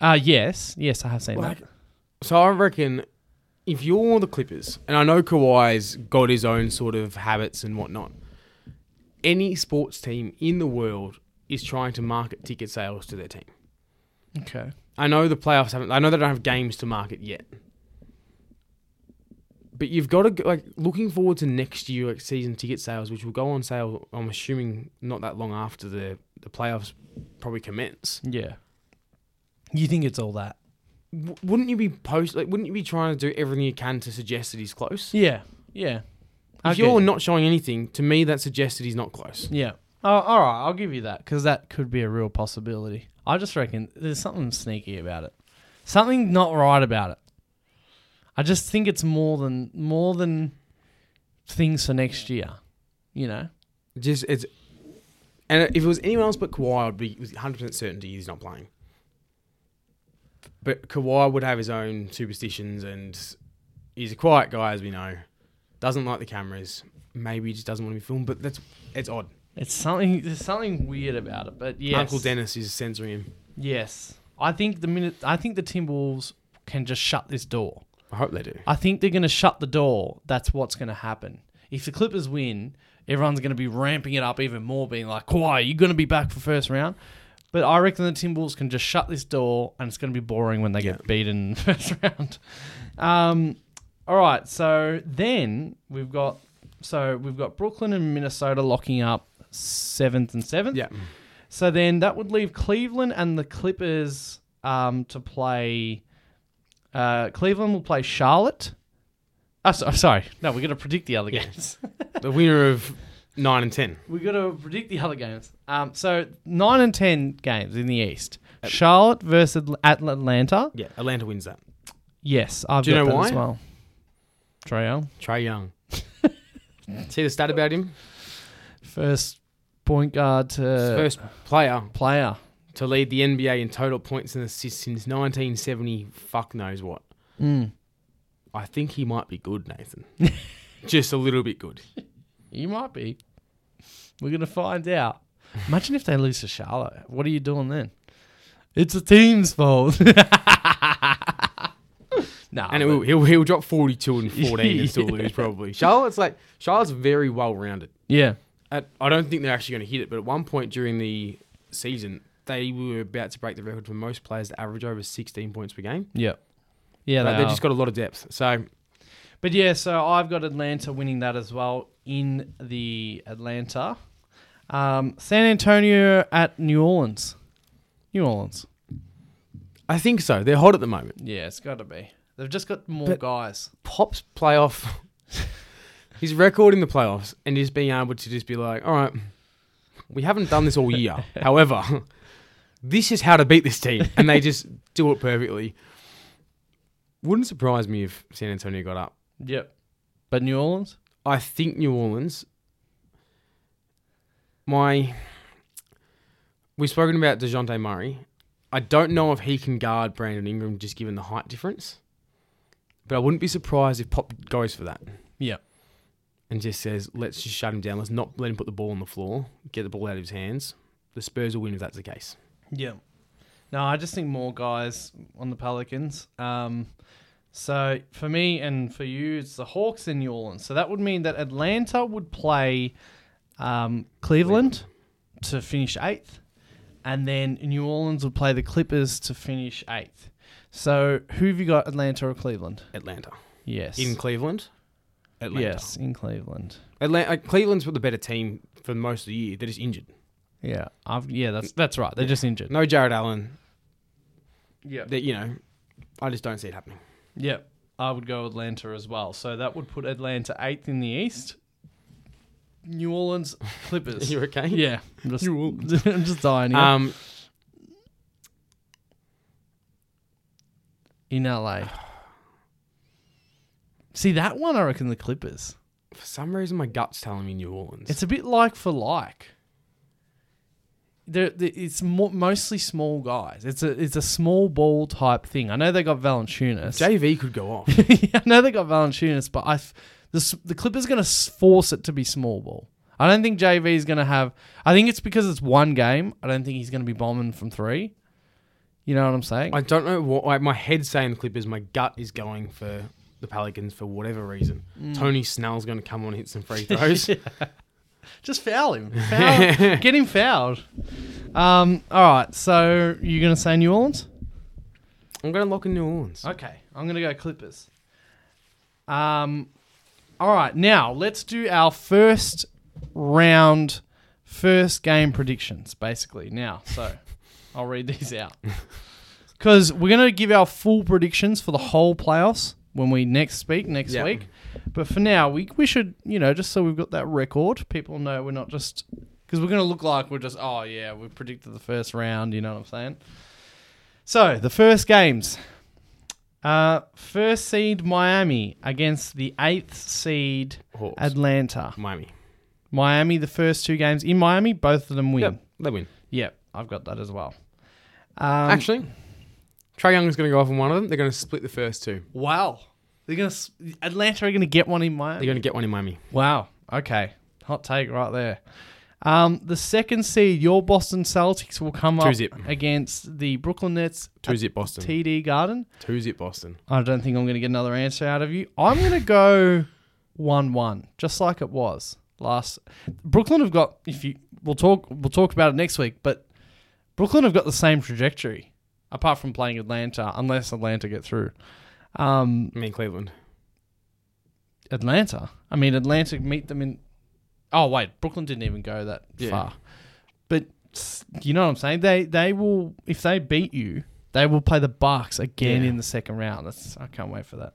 [SPEAKER 1] uh, yes, yes, I have seen
[SPEAKER 2] Like,
[SPEAKER 1] that.
[SPEAKER 2] so I reckon if you're the Clippers, and I know Kawhi's got his own sort of habits and whatnot, any sports team in the world is trying to market ticket sales to their team.
[SPEAKER 1] Okay.
[SPEAKER 2] I know the playoffs haven't. I know they don't have games to market yet. But you've got to go- like looking forward to next year like season ticket sales, which will go on sale. I'm assuming not that long after the the playoffs probably commence.
[SPEAKER 1] Yeah. You think it's all that?
[SPEAKER 2] w- wouldn't you be post like wouldn't you be trying to do everything you can to suggest that he's close?
[SPEAKER 1] Yeah. Yeah. I
[SPEAKER 2] If
[SPEAKER 1] get
[SPEAKER 2] you're
[SPEAKER 1] it.
[SPEAKER 2] not showing anything, to me that suggests that he's not close.
[SPEAKER 1] Yeah. Oh, all right. I'll give you that because that could be a real possibility. I just reckon there's something sneaky about it. Something not right about it. I just think it's more than more than things for next year. You know.
[SPEAKER 2] Just it's and if it was anyone else but Kawhi, I'd be with 100 percent certainty he's not playing. But Kawhi would have his own superstitions, and he's a quiet guy, as we know. Doesn't like the cameras. Maybe he just doesn't want to be filmed. But that's it's odd.
[SPEAKER 1] It's something. There's something weird about it. But yes.
[SPEAKER 2] Uncle Dennis is censoring him.
[SPEAKER 1] Yes. I think the minute. I think the Timberwolves can just shut this door.
[SPEAKER 2] I hope they do.
[SPEAKER 1] I think they're going to shut the door. That's what's going to happen. If the Clippers win, everyone's going to be ramping it up even more, being like, Kawhi, you're going to be back for first round. But I reckon the Timberwolves can just shut this door and it's going to be boring when they get beaten in the first round. Um, all right. So then we've got. So we've got Brooklyn and Minnesota locking up seventh and seventh.
[SPEAKER 2] Yeah,
[SPEAKER 1] So then that would leave Cleveland and the Clippers um, to play. Uh, Cleveland will play Charlotte. Oh, so, sorry. No, we're going to predict the other games.
[SPEAKER 2] the winner of nine and ten.
[SPEAKER 1] we're going to predict the other games. Um, so nine and ten games in the East. Charlotte versus Atl- Atlanta.
[SPEAKER 2] Yeah, Atlanta wins that.
[SPEAKER 1] Yes, I've
[SPEAKER 2] Do you
[SPEAKER 1] got
[SPEAKER 2] know
[SPEAKER 1] that
[SPEAKER 2] why?
[SPEAKER 1] as well. Trae Young,
[SPEAKER 2] Trey Young. See the stat about him?
[SPEAKER 1] first point guard to
[SPEAKER 2] First player
[SPEAKER 1] player.
[SPEAKER 2] to lead the NBA in total points and assists since 1970. Fuck knows what.
[SPEAKER 1] Mm.
[SPEAKER 2] I think he might be good, Nathan. Just a little bit good.
[SPEAKER 1] You might be. We're gonna find out. Imagine if they lose to Charlotte. What are you doing then? It's the team's fault. no,
[SPEAKER 2] And it will, he'll, he'll drop 42 and 14 and still
[SPEAKER 1] Yeah.
[SPEAKER 2] lose probably. Charlotte's like Charlotte's very well rounded.
[SPEAKER 1] yeah,
[SPEAKER 2] At, I don't think they're actually going to hit it, but at one point during the season, they were about to break the record for most players to average over 16 points per game.
[SPEAKER 1] yeah, yeah.
[SPEAKER 2] Like,
[SPEAKER 1] they
[SPEAKER 2] they've just
[SPEAKER 1] are.
[SPEAKER 2] got a lot of depth. So
[SPEAKER 1] but yeah, so I've got Atlanta winning that as well in the Atlanta, um, San Antonio at New Orleans. New Orleans.
[SPEAKER 2] I think so. They're hot at the moment.
[SPEAKER 1] Yeah, it's got to be. They've just got more
[SPEAKER 2] But-
[SPEAKER 1] guys.
[SPEAKER 2] Pop's playoff, his record in the playoffs, and just being able to just be like, all right, we haven't done this all year. However, this is how to beat this team, and they just do it perfectly. Wouldn't surprise me if San Antonio got up.
[SPEAKER 1] Yep. But New Orleans.
[SPEAKER 2] I think New Orleans. My, we've spoken about Dejounte Murray. I don't know if he can guard Brandon Ingram just given the height difference, but I wouldn't be surprised if Pop goes for that
[SPEAKER 1] Yep.
[SPEAKER 2] and just says, "Let's just shut him down. Let's not let him put the ball on the floor. Get the ball out of his hands." The Spurs will win if that's the case.
[SPEAKER 1] Yeah. No, I just think more guys on the Pelicans. Um, so for me and for you, it's the Hawks in New Orleans. So that would mean that Atlanta would play um, Cleveland to finish eighth, and then New Orleans would play the Clippers to finish eighth. So who have you got, Atlanta or Cleveland?
[SPEAKER 2] Atlanta
[SPEAKER 1] Yes.
[SPEAKER 2] in Cleveland. Atlanta.
[SPEAKER 1] Yes, in Cleveland.
[SPEAKER 2] Atlanta. Cleveland's with the better team for most of the year. They're just injured.
[SPEAKER 1] Yeah, I've, yeah, that's that's right. They're just injured.
[SPEAKER 2] No Jared Allen.
[SPEAKER 1] Yeah,
[SPEAKER 2] That you know, I just don't see it happening.
[SPEAKER 1] Yep. I would go Atlanta as well. So that would put Atlanta eighth in the East. New Orleans Clippers.
[SPEAKER 2] You okay?
[SPEAKER 1] yeah. I'm just, I'm just dying here.
[SPEAKER 2] Um,
[SPEAKER 1] in LA. See, that one, I reckon the Clippers.
[SPEAKER 2] for some reason, my gut's telling me New Orleans.
[SPEAKER 1] It's a bit like for like. They're, they- it's mo- mostly small guys. It's a it's a small ball type thing. I know they got Valanciunas.
[SPEAKER 2] JV could go off.
[SPEAKER 1] yeah, I know they got Valanciunas, but I f- the s- the Clippers going to force it to be small ball. I don't think JV is going to have. I think it's because it's one game. I don't think he's going to be bombing from three. You know what I'm saying?
[SPEAKER 2] I don't know what I, my head's saying. The Clippers. My gut is going for the Pelicans for whatever reason. Tony Snell's going to come on and hit some free throws.
[SPEAKER 1] Just foul him. Foul, get him fouled. Um. All right. So you're going to say New Orleans?
[SPEAKER 2] I'm going to lock in New Orleans.
[SPEAKER 1] Okay. I'm going to go Clippers. Um. All right. Now let's do our first round, first game predictions. Basically. Now, so I'll read these out. because we're going to give our full predictions for the whole playoffs when we next speak next
[SPEAKER 2] Yeah.
[SPEAKER 1] week. But for now, we, we should, you know, just so we've got that record, people know we're not just. Because we're going to look like we're just, oh, yeah, we predicted the first round, you know what I'm saying? So, the first games. Uh, first seed Miami against the eighth seed
[SPEAKER 2] Hawks.
[SPEAKER 1] Atlanta.
[SPEAKER 2] Miami.
[SPEAKER 1] Miami, the first two games in Miami, both of them win.
[SPEAKER 2] Yep,
[SPEAKER 1] Yep,
[SPEAKER 2] they win.
[SPEAKER 1] I've got that as well. Um,
[SPEAKER 2] Actually, Trey Young's going to go off on one of them. They're going to split the first two.
[SPEAKER 1] Um, Wow, they're gonna s- Atlanta are gonna get one in
[SPEAKER 2] They're
[SPEAKER 1] Miami.
[SPEAKER 2] going to get one in Miami.
[SPEAKER 1] wow, okay, hot take right there. Um, the second seed, your Boston Celtics, will come
[SPEAKER 2] Two
[SPEAKER 1] up
[SPEAKER 2] zip.
[SPEAKER 1] against the Brooklyn Nets.
[SPEAKER 2] Two
[SPEAKER 1] at
[SPEAKER 2] zip Boston.
[SPEAKER 1] TD Garden.
[SPEAKER 2] Two zip Boston.
[SPEAKER 1] I don't think I'm going to get another answer out of you. I'm going to go 1 1, just like it was last. Brooklyn have got, if you, we'll talk, we'll talk about it next week, but Brooklyn have got the same trajectory, apart from playing Atlanta, unless Atlanta get through. Um,
[SPEAKER 2] I mean Cleveland.
[SPEAKER 1] Atlanta. I mean, Atlanta meet them in. Oh wait, Brooklyn didn't even go that
[SPEAKER 2] Yeah.
[SPEAKER 1] far. But s- you know what I'm saying? They they will if they beat you, they will play the Bucks again
[SPEAKER 2] Yeah.
[SPEAKER 1] in the second round. That's I can't wait for that.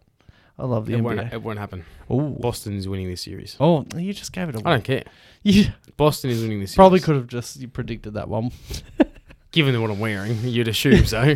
[SPEAKER 1] I love the
[SPEAKER 2] It won't,
[SPEAKER 1] NBA.
[SPEAKER 2] it won't happen.
[SPEAKER 1] Ooh.
[SPEAKER 2] Boston's winning this series.
[SPEAKER 1] Oh, you just gave it
[SPEAKER 2] I
[SPEAKER 1] away.
[SPEAKER 2] don't care.
[SPEAKER 1] You
[SPEAKER 2] Boston is winning this series.
[SPEAKER 1] probably could have just you predicted that one.
[SPEAKER 2] Given what I'm wearing, you'd assume so.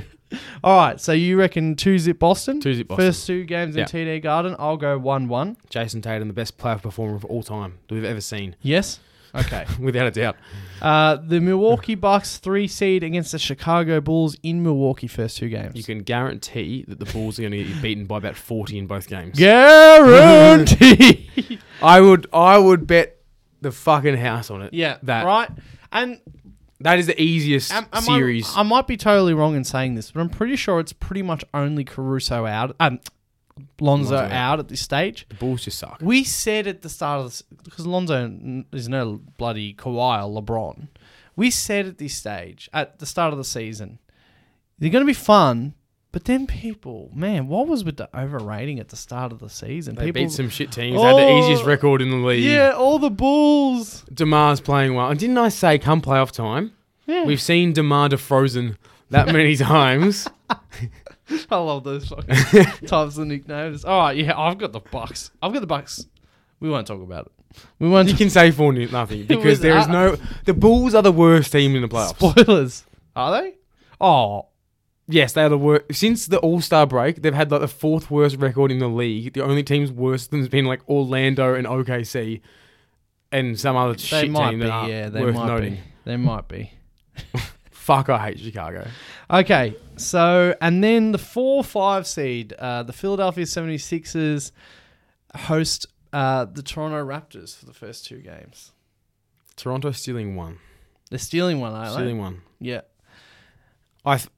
[SPEAKER 1] All right, so you reckon two zip Boston?
[SPEAKER 2] Two zip Boston.
[SPEAKER 1] First two games
[SPEAKER 2] Yeah.
[SPEAKER 1] in TD Garden. I'll go one one.
[SPEAKER 2] Jason Tatum, the best playoff performer of all time that we've ever seen,
[SPEAKER 1] Yes. Okay.
[SPEAKER 2] without a doubt.
[SPEAKER 1] Uh, the Milwaukee Bucks three seed against the Chicago Bulls in Milwaukee first two games.
[SPEAKER 2] You can guarantee that the Bulls are going to get beaten by about 40 in both games.
[SPEAKER 1] guarantee.
[SPEAKER 2] I would, I would bet the fucking house on it.
[SPEAKER 1] yeah,
[SPEAKER 2] that
[SPEAKER 1] right. And
[SPEAKER 2] that is the easiest
[SPEAKER 1] am, am
[SPEAKER 2] series.
[SPEAKER 1] I, I might be totally wrong in saying this, but I'm pretty sure it's pretty much only Caruso out, um, Lonzo,
[SPEAKER 2] Lonzo out.
[SPEAKER 1] out, at this stage.
[SPEAKER 2] the Bulls just suck.
[SPEAKER 1] We said at the start of this because Lonzo n- is no bloody Kawhi or LeBron. We said at this stage at the start of the season, they're going to be fun. But then people, man, what was with the overrating at the start of the season?
[SPEAKER 2] They
[SPEAKER 1] people,
[SPEAKER 2] beat some shit teams. They had the
[SPEAKER 1] Oh.
[SPEAKER 2] easiest record in the league.
[SPEAKER 1] yeah, all the Bulls.
[SPEAKER 2] Demar's playing well. And didn't I say come playoff time?
[SPEAKER 1] Yeah.
[SPEAKER 2] We've seen Demar defrozen that many times.
[SPEAKER 1] I love those fucking types of nicknames. All right, yeah, I've got the Bucks. I've got the Bucks. We won't talk about it. We won't.
[SPEAKER 2] You can say four n- nothing because
[SPEAKER 1] was-
[SPEAKER 2] there is
[SPEAKER 1] I-
[SPEAKER 2] no. The Bulls are the worst team in the playoffs.
[SPEAKER 1] spoilers. Are they? Oh,
[SPEAKER 2] Yes, they are the worst. Since the All Star break, they've had like the fourth worst record in the league. The only teams worse than has been like Orlando and OKC, and some other
[SPEAKER 1] they
[SPEAKER 2] shit
[SPEAKER 1] might
[SPEAKER 2] team
[SPEAKER 1] be.
[SPEAKER 2] that aren't
[SPEAKER 1] Yeah, they
[SPEAKER 2] worth
[SPEAKER 1] might
[SPEAKER 2] noting.
[SPEAKER 1] be. They might be.
[SPEAKER 2] Fuck, I hate Chicago.
[SPEAKER 1] Okay, so and then the four five seed, uh, the Philadelphia 76ers host uh, the Toronto Raptors for the first two games.
[SPEAKER 2] Toronto stealing one,
[SPEAKER 1] They're stealing one, aren't
[SPEAKER 2] stealing one.
[SPEAKER 1] they? Yeah,
[SPEAKER 2] I, th-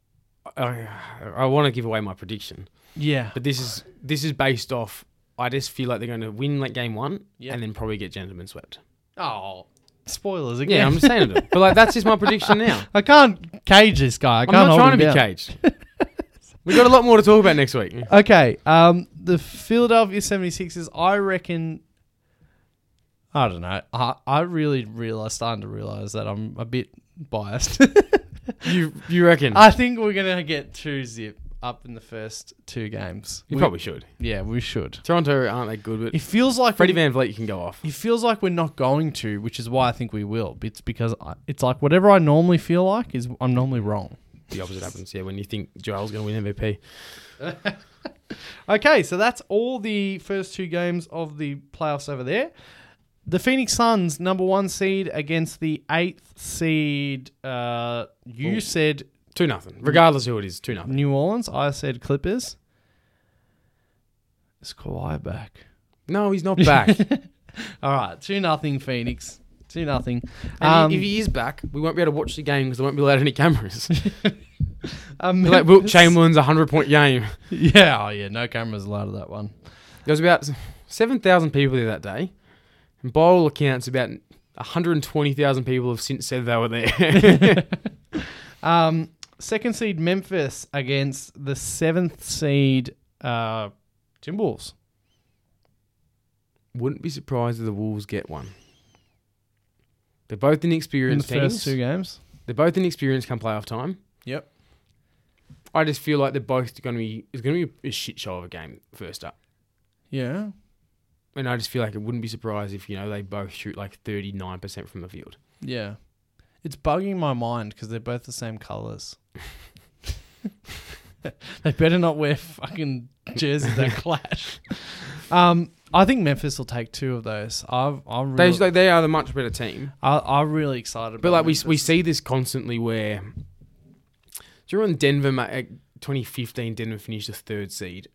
[SPEAKER 2] I, I want to give away my prediction,
[SPEAKER 1] yeah.
[SPEAKER 2] but this is this is based off. I just feel like they're going to win like game one,
[SPEAKER 1] Yeah.
[SPEAKER 2] and then probably get gentlemen swept.
[SPEAKER 1] Oh, spoilers again.
[SPEAKER 2] Yeah, I'm just saying it. But like that's just my prediction now.
[SPEAKER 1] I can't cage this guy. I
[SPEAKER 2] I'm
[SPEAKER 1] can't
[SPEAKER 2] not
[SPEAKER 1] hold
[SPEAKER 2] trying to
[SPEAKER 1] him
[SPEAKER 2] be
[SPEAKER 1] down.
[SPEAKER 2] caged. We got a lot more to talk about next week.
[SPEAKER 1] Okay. Um, the Philadelphia 76ers, I reckon. I don't know. I, I really realize, starting to realize that I'm a bit biased.
[SPEAKER 2] You you reckon?
[SPEAKER 1] I think we're going to get two zip up in the first two games.
[SPEAKER 2] you
[SPEAKER 1] We-
[SPEAKER 2] probably should.
[SPEAKER 1] Yeah, we should.
[SPEAKER 2] Toronto aren't that good, but
[SPEAKER 1] It feels like
[SPEAKER 2] Freddie
[SPEAKER 1] we-
[SPEAKER 2] Van Vliet can go off.
[SPEAKER 1] it feels like we're not going to, which is why I think we will. It's because I, it's like whatever I normally feel like is I'm normally wrong.
[SPEAKER 2] The opposite happens. Yeah, when you think Joel's going to win MVP,
[SPEAKER 1] Okay, so that's all the first two games of the playoffs over there. The Phoenix Suns, number one seed against the eighth seed. Uh, you said
[SPEAKER 2] two nothing. Regardless who it is, two nothing.
[SPEAKER 1] New Orleans. I said Clippers. Is Kawhi back?
[SPEAKER 2] No, he's not back. And
[SPEAKER 1] All right, two nothing Phoenix. Two nothing.
[SPEAKER 2] i-
[SPEAKER 1] Um,
[SPEAKER 2] if he is back, we won't be able to watch the game because there won't be allowed any cameras.
[SPEAKER 1] um,
[SPEAKER 2] like Wilt Chamberlain's 100 point game.
[SPEAKER 1] Yeah, oh yeah, no cameras allowed at that one.
[SPEAKER 2] There was about 7,000 people there that day. And by all accounts, about 120,000 people have since said they were there.
[SPEAKER 1] Um, second seed Memphis against the seventh seed uh, Timberwolves.
[SPEAKER 2] Wouldn't be surprised if the Wolves get one. They're both inexperienced
[SPEAKER 1] in the
[SPEAKER 2] teams.
[SPEAKER 1] first two games.
[SPEAKER 2] They're both inexperienced come playoff time.
[SPEAKER 1] Yep.
[SPEAKER 2] I just feel like they're both going to be it's going to be a shit show of a game first up,
[SPEAKER 1] Yeah.
[SPEAKER 2] and I just feel like it wouldn't be surprised if you know they both shoot like thirty nine percent from the field.
[SPEAKER 1] Yeah. It's bugging my mind because they're both the same colors. they better not wear fucking jerseys that clash. Um, I think Memphis will take two of those. I've, I'm
[SPEAKER 2] They
[SPEAKER 1] really,
[SPEAKER 2] they, they are the much better team,
[SPEAKER 1] I, I'm really excited.
[SPEAKER 2] but
[SPEAKER 1] about
[SPEAKER 2] like we
[SPEAKER 1] Memphis.
[SPEAKER 2] we see this constantly where. Do you remember when Denver ma- uh, 2015? Denver finished the third seed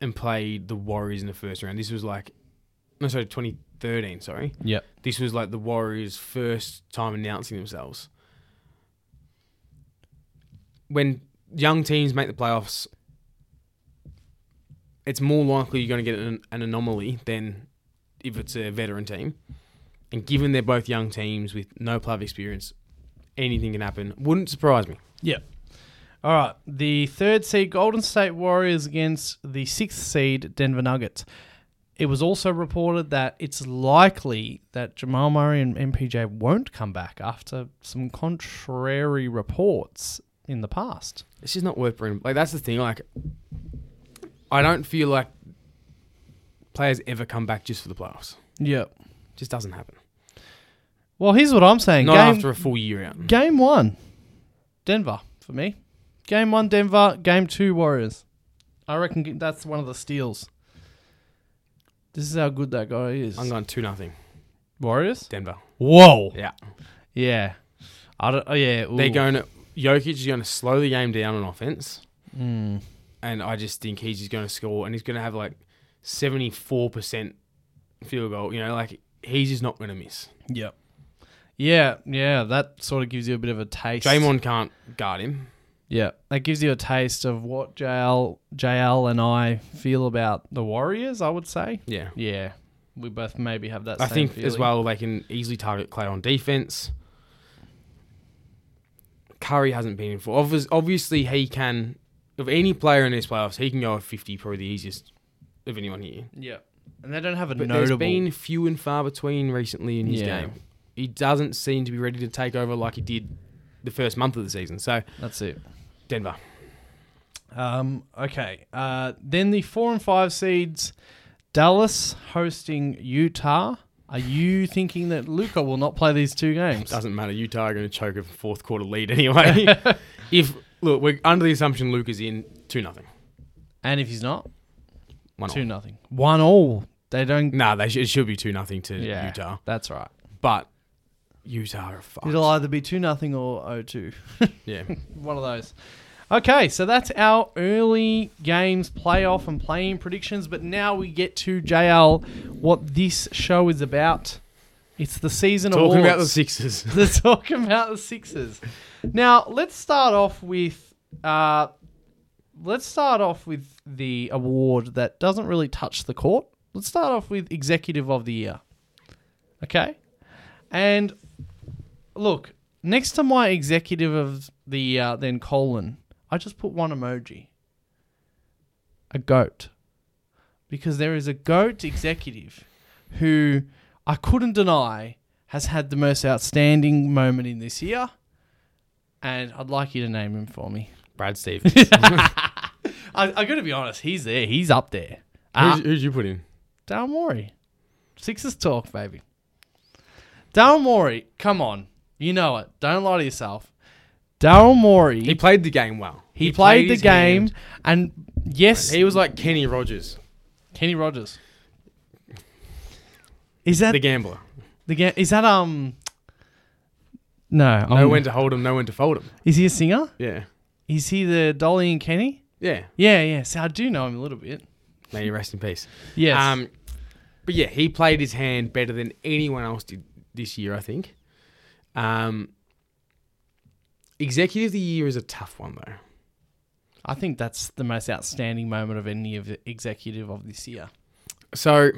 [SPEAKER 2] and played the Warriors in the first round. This was like, no, sorry, 2013. Sorry,
[SPEAKER 1] Yep.
[SPEAKER 2] this was like the Warriors' first time announcing themselves. When young teams make the playoffs, it's more likely you're going to get an, an anomaly than if it's a veteran team. And given they're both young teams with no playoff experience, anything can happen. Wouldn't surprise me.
[SPEAKER 1] Yep. All right. The third seed Golden State Warriors against the sixth seed Denver Nuggets. It was also reported that it's likely that Jamal Murray and MPJ won't come back after some contrary reports in the past.
[SPEAKER 2] It's just not worth bringing. Like that's the thing. Like I don't feel like players ever come back just for the playoffs.
[SPEAKER 1] Yep.
[SPEAKER 2] Just doesn't happen.
[SPEAKER 1] Well, here's what I'm saying.
[SPEAKER 2] Not
[SPEAKER 1] game,
[SPEAKER 2] after a full year out.
[SPEAKER 1] game one, Denver for me. Game one, Denver. Game two, Warriors. I reckon that's one of the steals. This is how good that guy is.
[SPEAKER 2] I'm going two nothing.
[SPEAKER 1] Warriors.
[SPEAKER 2] Denver.
[SPEAKER 1] Whoa.
[SPEAKER 2] Yeah.
[SPEAKER 1] Yeah. I don't, oh, yeah.
[SPEAKER 2] They're
[SPEAKER 1] ooh.
[SPEAKER 2] going to Jokic is going to slow the game down on offense,
[SPEAKER 1] Hmm.
[SPEAKER 2] and I just think he's just going to score, and he's going to have like seventy four percent field goal. You know, like he's just not going to miss.
[SPEAKER 1] Yep. Yeah, yeah. That sort of gives you a bit of a taste.
[SPEAKER 2] Draymond can't guard him.
[SPEAKER 1] Yeah, that gives you a taste of what JL, JL and I feel about the Warriors. I would say.
[SPEAKER 2] Yeah,
[SPEAKER 1] Yeah, we both maybe have that.
[SPEAKER 2] I
[SPEAKER 1] same
[SPEAKER 2] think as
[SPEAKER 1] feeling.
[SPEAKER 2] well they can easily target Clay on defense. Curry hasn't been in for obvi- obviously he can. Of any player in these playoffs, he can go at fifty, probably the easiest of anyone here.
[SPEAKER 1] Yeah, and they don't have a
[SPEAKER 2] But
[SPEAKER 1] notable.
[SPEAKER 2] there's been few and far between recently in his
[SPEAKER 1] Yeah.
[SPEAKER 2] game. He doesn't seem to be ready to take over like he did the first month of the season. So
[SPEAKER 1] That's it.
[SPEAKER 2] Denver,
[SPEAKER 1] Um, okay. Uh, then the four and five seeds, Dallas hosting Utah. Are you thinking that Luca will not play these two games?
[SPEAKER 2] doesn't matter. Utah are going to choke a fourth quarter lead anyway. if look, we're under the assumption Luke is in two nothing.
[SPEAKER 1] And if he's not,
[SPEAKER 2] One
[SPEAKER 1] Two
[SPEAKER 2] all.
[SPEAKER 1] nothing. One all. They don't.
[SPEAKER 2] Nah, they sh- it should be two nothing to
[SPEAKER 1] yeah,
[SPEAKER 2] Utah,
[SPEAKER 1] That's right.
[SPEAKER 2] but Utah are fucked.
[SPEAKER 1] It'll either be two nothing or oh two.
[SPEAKER 2] yeah,
[SPEAKER 1] One of those. Okay, so that's our early games playoff and playing predictions. But now we get to JL. What this show is about? It's the season
[SPEAKER 2] talking
[SPEAKER 1] awards.
[SPEAKER 2] about the Sixers.
[SPEAKER 1] Let's talk about the Sixers. Now, let's start off with uh, let's start off with the award that doesn't really touch the court. Let's start off with Executive of the Year. Okay? And look, next to my Executive of the Year, then colon, I just put one emoji. A goat. Because there is a goat executive who I couldn't deny has had the most outstanding moment in this year. And I'd like you to name him for me.
[SPEAKER 2] Brad Stevens.
[SPEAKER 1] I, I gotta be honest, he's there. He's up there.
[SPEAKER 2] who'd,
[SPEAKER 1] Uh,
[SPEAKER 2] who'd you put in?
[SPEAKER 1] Daryl Morey. Sixers talk, baby. Daryl Morey, come on. You know it. Don't lie to yourself. Daryl Morey,
[SPEAKER 2] He
[SPEAKER 1] he,
[SPEAKER 2] played the game well.
[SPEAKER 1] played, the
[SPEAKER 2] his
[SPEAKER 1] game,
[SPEAKER 2] hand.
[SPEAKER 1] and yes,
[SPEAKER 2] He was like Kenny Rogers,
[SPEAKER 1] Kenny Rogers. Is that
[SPEAKER 2] the
[SPEAKER 1] the,
[SPEAKER 2] gambler.
[SPEAKER 1] ga- is that um? No,
[SPEAKER 2] No
[SPEAKER 1] I'm-
[SPEAKER 2] when to hold him, no when to fold him.
[SPEAKER 1] is he a singer?
[SPEAKER 2] Yeah.
[SPEAKER 1] Is he the Dolly and Kenny?
[SPEAKER 2] Yeah.
[SPEAKER 1] Yeah, yeah. So I do know him a little bit.
[SPEAKER 2] May you rest in peace.
[SPEAKER 1] Yes.
[SPEAKER 2] Um, but yeah, he played his hand better than anyone else did this year, I think. Um, executive of the year is a tough one though.
[SPEAKER 1] I think that's the most outstanding moment of any of the executive of this year.
[SPEAKER 2] So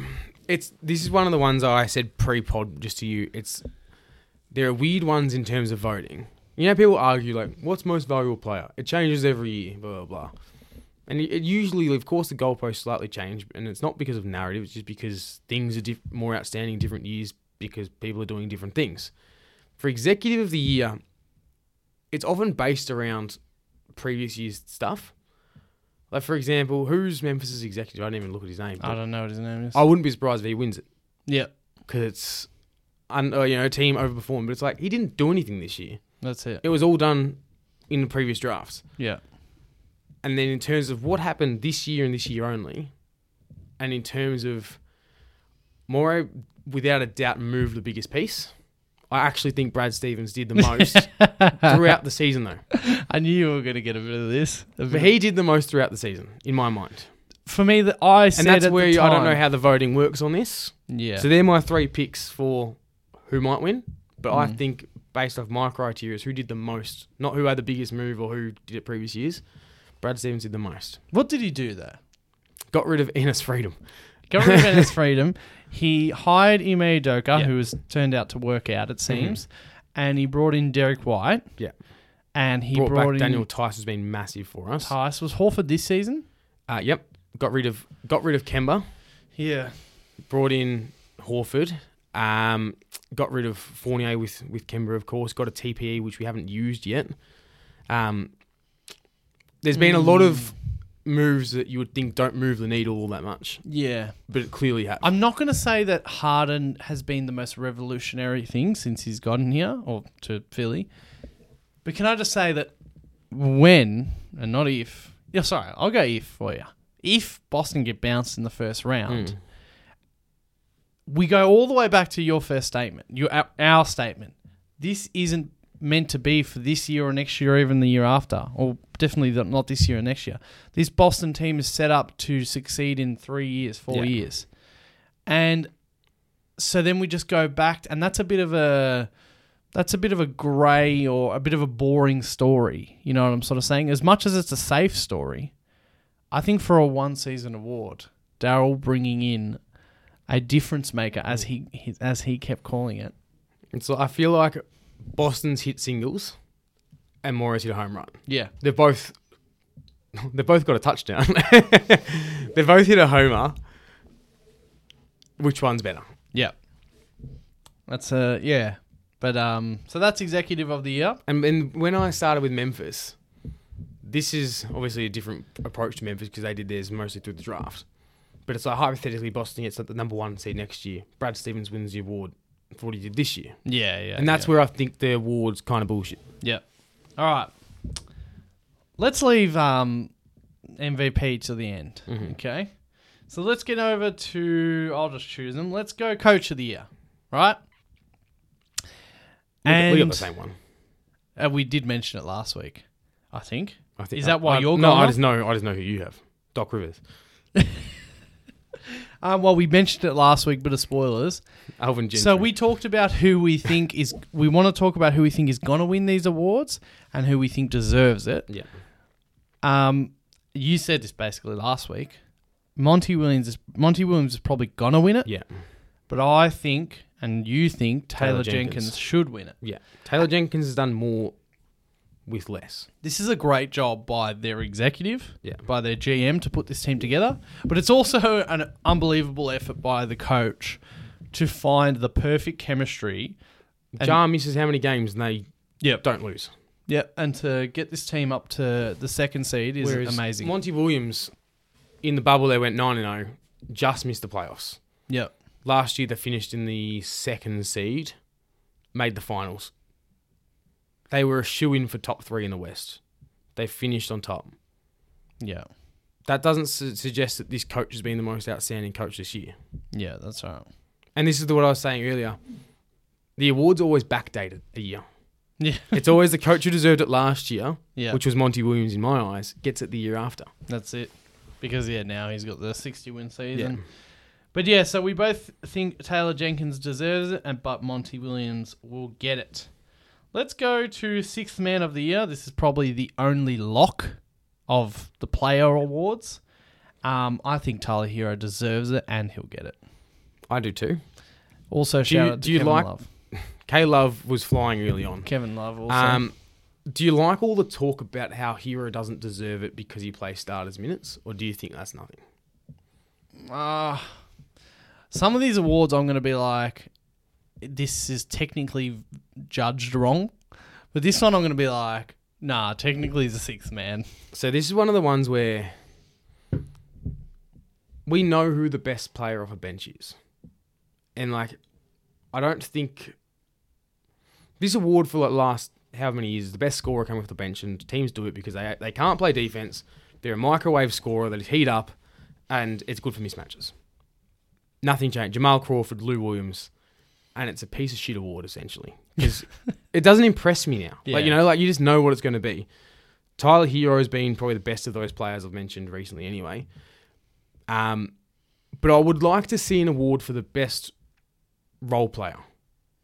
[SPEAKER 2] it's this is one of the ones I said pre-pod just to you. It's there are weird ones in terms of voting. You know, people argue like, "What's most valuable player?" It changes every year, blah blah blah. And it it usually, of course, the goalposts slightly change, and it's not because of narrative. It's just because things are diff- more outstanding different years because people are doing different things. For executive of the year, it's often based around previous year's stuff. Like for example, who's Memphis's executive? I didn't even look at his name.
[SPEAKER 1] I
[SPEAKER 2] but
[SPEAKER 1] don't know what his name is.
[SPEAKER 2] I wouldn't be surprised if he wins it
[SPEAKER 1] yeah,
[SPEAKER 2] because it's, un, uh, you know, team overperformed. But it's like he didn't do anything this year.
[SPEAKER 1] that's it.
[SPEAKER 2] It was all done in the previous drafts.
[SPEAKER 1] Yeah,
[SPEAKER 2] And then in terms of what happened this year and this year only, and in terms of Morrow, without a doubt, moved the biggest piece. I actually think Brad Stevens did the most throughout the season, though.
[SPEAKER 1] I knew you were going to get a bit of this. A
[SPEAKER 2] But
[SPEAKER 1] bit
[SPEAKER 2] he did the most throughout the season, in my mind.
[SPEAKER 1] for me, the, I said
[SPEAKER 2] And that's
[SPEAKER 1] at
[SPEAKER 2] where
[SPEAKER 1] the
[SPEAKER 2] you-
[SPEAKER 1] time,
[SPEAKER 2] I don't know how the voting works on this.
[SPEAKER 1] Yeah,
[SPEAKER 2] So they're my three picks for who might win. But
[SPEAKER 1] Mm-hmm.
[SPEAKER 2] I think based off my criteria is who did the most, not who had the biggest move or who did it previous years. Brad Stevens did the most.
[SPEAKER 1] what did he do there?
[SPEAKER 2] Got rid of Enos Freedom.
[SPEAKER 1] Got rid of Ennis Freedom. He hired Ime Doka,
[SPEAKER 2] Yeah. Mm-hmm.
[SPEAKER 1] who has turned out to work out, it seems, and he brought in Derek White.
[SPEAKER 2] Yeah.
[SPEAKER 1] and he
[SPEAKER 2] brought,
[SPEAKER 1] brought,
[SPEAKER 2] back
[SPEAKER 1] in
[SPEAKER 2] Daniel Tice has been massive for us.
[SPEAKER 1] Tice. Was Horford this season?
[SPEAKER 2] Uh, yep. Got rid of got rid of Kemba.
[SPEAKER 1] Yeah,
[SPEAKER 2] Brought in Horford. Um, got rid of Fournier with with Kemba, of course. Got a TPE which we haven't used yet. Um, there's been a lot of
[SPEAKER 1] Mm.
[SPEAKER 2] moves that you would think don't move the needle all that much,
[SPEAKER 1] yeah.
[SPEAKER 2] but it clearly have.
[SPEAKER 1] I'm not going to say that Harden has been the most revolutionary thing since he's gotten here or to Philly, but can I just say that when and not if? Yeah, sorry, I'll go if for you. If Boston get bounced in the first round,
[SPEAKER 2] Mm.
[SPEAKER 1] we go all the way back to your first statement, your our, our statement. This isn't meant to be for this year or next year or even the year after, or definitely th- not this year or next year. This Boston team is set up to succeed in three years, four
[SPEAKER 2] Yeah.
[SPEAKER 1] years, and so then we just go back, and that's a bit of a that's a bit of a grey or a bit of a boring story. You know what I'm sort of saying? As much as it's a safe story, I think for a one season award, Daryl bringing in a difference maker, as he, he as he kept calling it.
[SPEAKER 2] It's like, I feel like Boston's hit singles and Morris hit a home run.
[SPEAKER 1] Yeah,
[SPEAKER 2] They've both they've both got a touchdown. they both hit a homer. Which one's better?
[SPEAKER 1] yeah. That's a yeah, but um, so that's executive of the year.
[SPEAKER 2] And, and when I started with Memphis, this is obviously a different approach to Memphis because they did theirs mostly through the draft. But it's like hypothetically, Boston gets the number one seed next year. Brad Stevens wins the award for what he did this year,
[SPEAKER 1] Yeah, yeah,
[SPEAKER 2] and that's where I think the awards kind of bullshit.
[SPEAKER 1] yeah. All right, let's leave um MVP to the end. Okay, so let's get over to I'll just choose them. Let's go coach of the year, right?
[SPEAKER 2] We got-
[SPEAKER 1] And
[SPEAKER 2] we got the same one.
[SPEAKER 1] uh, we did mention it last week, I think.
[SPEAKER 2] I think
[SPEAKER 1] Is that why
[SPEAKER 2] I-
[SPEAKER 1] you're
[SPEAKER 2] no?
[SPEAKER 1] going
[SPEAKER 2] I
[SPEAKER 1] off?
[SPEAKER 2] just know. I just know who you have. Doc Rivers,
[SPEAKER 1] Um, well, we mentioned it last week, but of spoilers.
[SPEAKER 2] Alvin Gentry.
[SPEAKER 1] So we talked about who we think is we want to talk about who we think is gonna win these awards and who we think deserves it.
[SPEAKER 2] yeah.
[SPEAKER 1] Um, you said this basically last week. Monty Williams is Monty Williams is probably gonna win it,
[SPEAKER 2] Yeah,
[SPEAKER 1] but I think and you think Taylor,
[SPEAKER 2] Taylor
[SPEAKER 1] Jenkins.
[SPEAKER 2] Jenkins.
[SPEAKER 1] should win it.
[SPEAKER 2] yeah.
[SPEAKER 1] Uh,
[SPEAKER 2] Taylor Jenkins has done more with less.
[SPEAKER 1] This is a great job by their executive,
[SPEAKER 2] Yeah.
[SPEAKER 1] by their GM to put this team together, but it's also an unbelievable effort by the coach to find the perfect chemistry. And-
[SPEAKER 2] Jar misses how many games and they
[SPEAKER 1] Yep.
[SPEAKER 2] don't lose.
[SPEAKER 1] Yep, and to get this team up to the second seed is amazing.
[SPEAKER 2] Monty Williams, in the bubble they went nine and zero, just missed the playoffs.
[SPEAKER 1] yep,
[SPEAKER 2] Last year they finished in the second seed, made the finals. They were a shoe in for top three in the West. They finished on top.
[SPEAKER 1] yeah,
[SPEAKER 2] That doesn't su- suggest that this coach has been the most outstanding coach this year.
[SPEAKER 1] yeah. That's right.
[SPEAKER 2] and this is the, what I was saying earlier. The award's always backdated a year.
[SPEAKER 1] Yeah,
[SPEAKER 2] It's always the coach who deserved it last year,
[SPEAKER 1] Yeah.
[SPEAKER 2] which was Monty Williams in my eyes, gets it the year after.
[SPEAKER 1] that's it. Because yeah, now he's got the sixty win season.
[SPEAKER 2] Yeah.
[SPEAKER 1] But yeah, so we both think Taylor Jenkins deserves it, and but Monty Williams will get it. Let's go to sixth man of the year. This is probably the only lock of the player awards. Um, I think Tyler Hero deserves it, and he'll get it.
[SPEAKER 2] I do too.
[SPEAKER 1] Also,
[SPEAKER 2] you-
[SPEAKER 1] shout out to
[SPEAKER 2] do you
[SPEAKER 1] Kevin
[SPEAKER 2] like-
[SPEAKER 1] Love.
[SPEAKER 2] K Love was flying early on.
[SPEAKER 1] Kevin Love also.
[SPEAKER 2] Um, do you like all the talk about how Hero doesn't deserve it because he plays starters minutes, or do you think that's nothing?
[SPEAKER 1] Uh, some of these awards I'm going to be like, this is technically judged wrong. But this one I'm going to be like, Nah, technically he's a sixth man.
[SPEAKER 2] So this is one of the ones where we know who the best player off a bench is. And like I don't think this award for like last how many years the best scorer came off the bench and teams do it because they they can't play defense. They're a microwave scorer that is heat up and it's good for mismatches. Nothing changed. Jamal Crawford, Lou Williams, and it's a piece of shit award essentially. Because it doesn't impress me now. Like you
[SPEAKER 1] Yeah.
[SPEAKER 2] know, like you just know what it's going to be. Tyler Hero's been probably the best of those players I've mentioned recently, anyway. Um, but I would like to see an award for the best role player,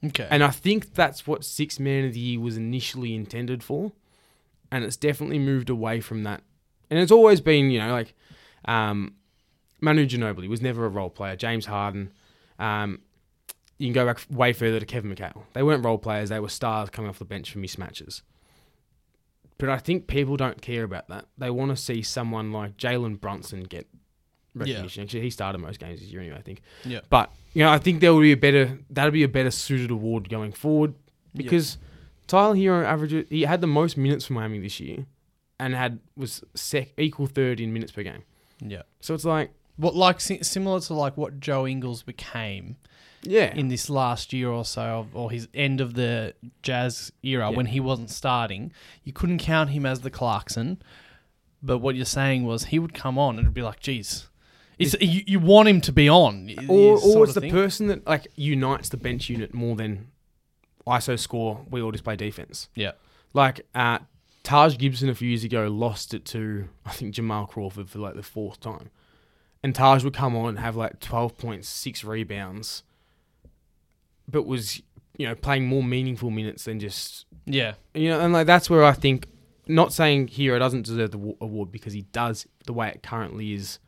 [SPEAKER 1] Okay.
[SPEAKER 2] and I think that's what Six Man of the Year was initially intended for, and it's definitely moved away from that. And it's always been, you know, like um, Manu Ginobili was never a role player. James Harden. Um, you can go back way further to Kevin McHale. They weren't role players; they were stars coming off the bench for mismatches. But I think people don't care about that. They want to see someone like Jalen Brunson get recognition. Actually, he started most games this year anyway, I think.
[SPEAKER 1] Yeah.
[SPEAKER 2] But you know, I think there would be a better that'd be a better suited award going forward
[SPEAKER 1] Yeah.
[SPEAKER 2] because Tyler Hero averages he had the most minutes for Miami this year, and had was sec equal third in minutes per game.
[SPEAKER 1] yeah.
[SPEAKER 2] So it's like
[SPEAKER 1] What like si- similar to like what Joe Ingles became
[SPEAKER 2] yeah,
[SPEAKER 1] in this last year or so, of, or his end of the Jazz era
[SPEAKER 2] Yeah.
[SPEAKER 1] when he wasn't starting, you couldn't count him as the Clarkson. But what you're saying was he would come on and it'd be like, geez, it's, you, you want him to be on, y-
[SPEAKER 2] or
[SPEAKER 1] is
[SPEAKER 2] or
[SPEAKER 1] sort
[SPEAKER 2] it's
[SPEAKER 1] of
[SPEAKER 2] the
[SPEAKER 1] thing.
[SPEAKER 2] person that like unites the bench unit more than ISO score. We all just play defense.
[SPEAKER 1] yeah,
[SPEAKER 2] Like uh, Taj Gibson a few years ago lost it to I think Jamal Crawford for like the fourth time, and Taj would come on and have like twelve point six rebounds, but was you know playing more meaningful minutes than just
[SPEAKER 1] yeah,
[SPEAKER 2] you know and like that's where I think not saying Hero doesn't deserve the wa- award because he does the way it currently is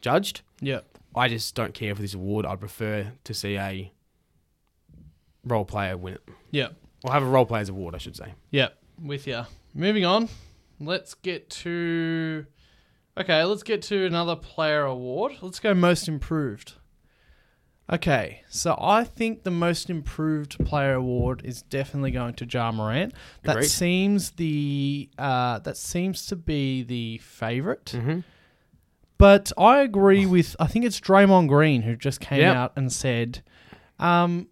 [SPEAKER 2] judged.
[SPEAKER 1] yeah,
[SPEAKER 2] I just don't care for this award. I'd prefer to see a role player win it.
[SPEAKER 1] yeah,
[SPEAKER 2] Or have a role player's award, I should say.
[SPEAKER 1] yeah. With you. Moving on, let's get to. Okay, let's get to another player award. Let's go most improved. Okay, so I think the most improved player award is definitely going to Ja Morant. That
[SPEAKER 2] Agreed.
[SPEAKER 1] seems the uh, that seems to be the favorite.
[SPEAKER 2] Mhm.
[SPEAKER 1] But I agree with I think it's Draymond Green who just came
[SPEAKER 2] Oh. Yep.
[SPEAKER 1] out and said, um,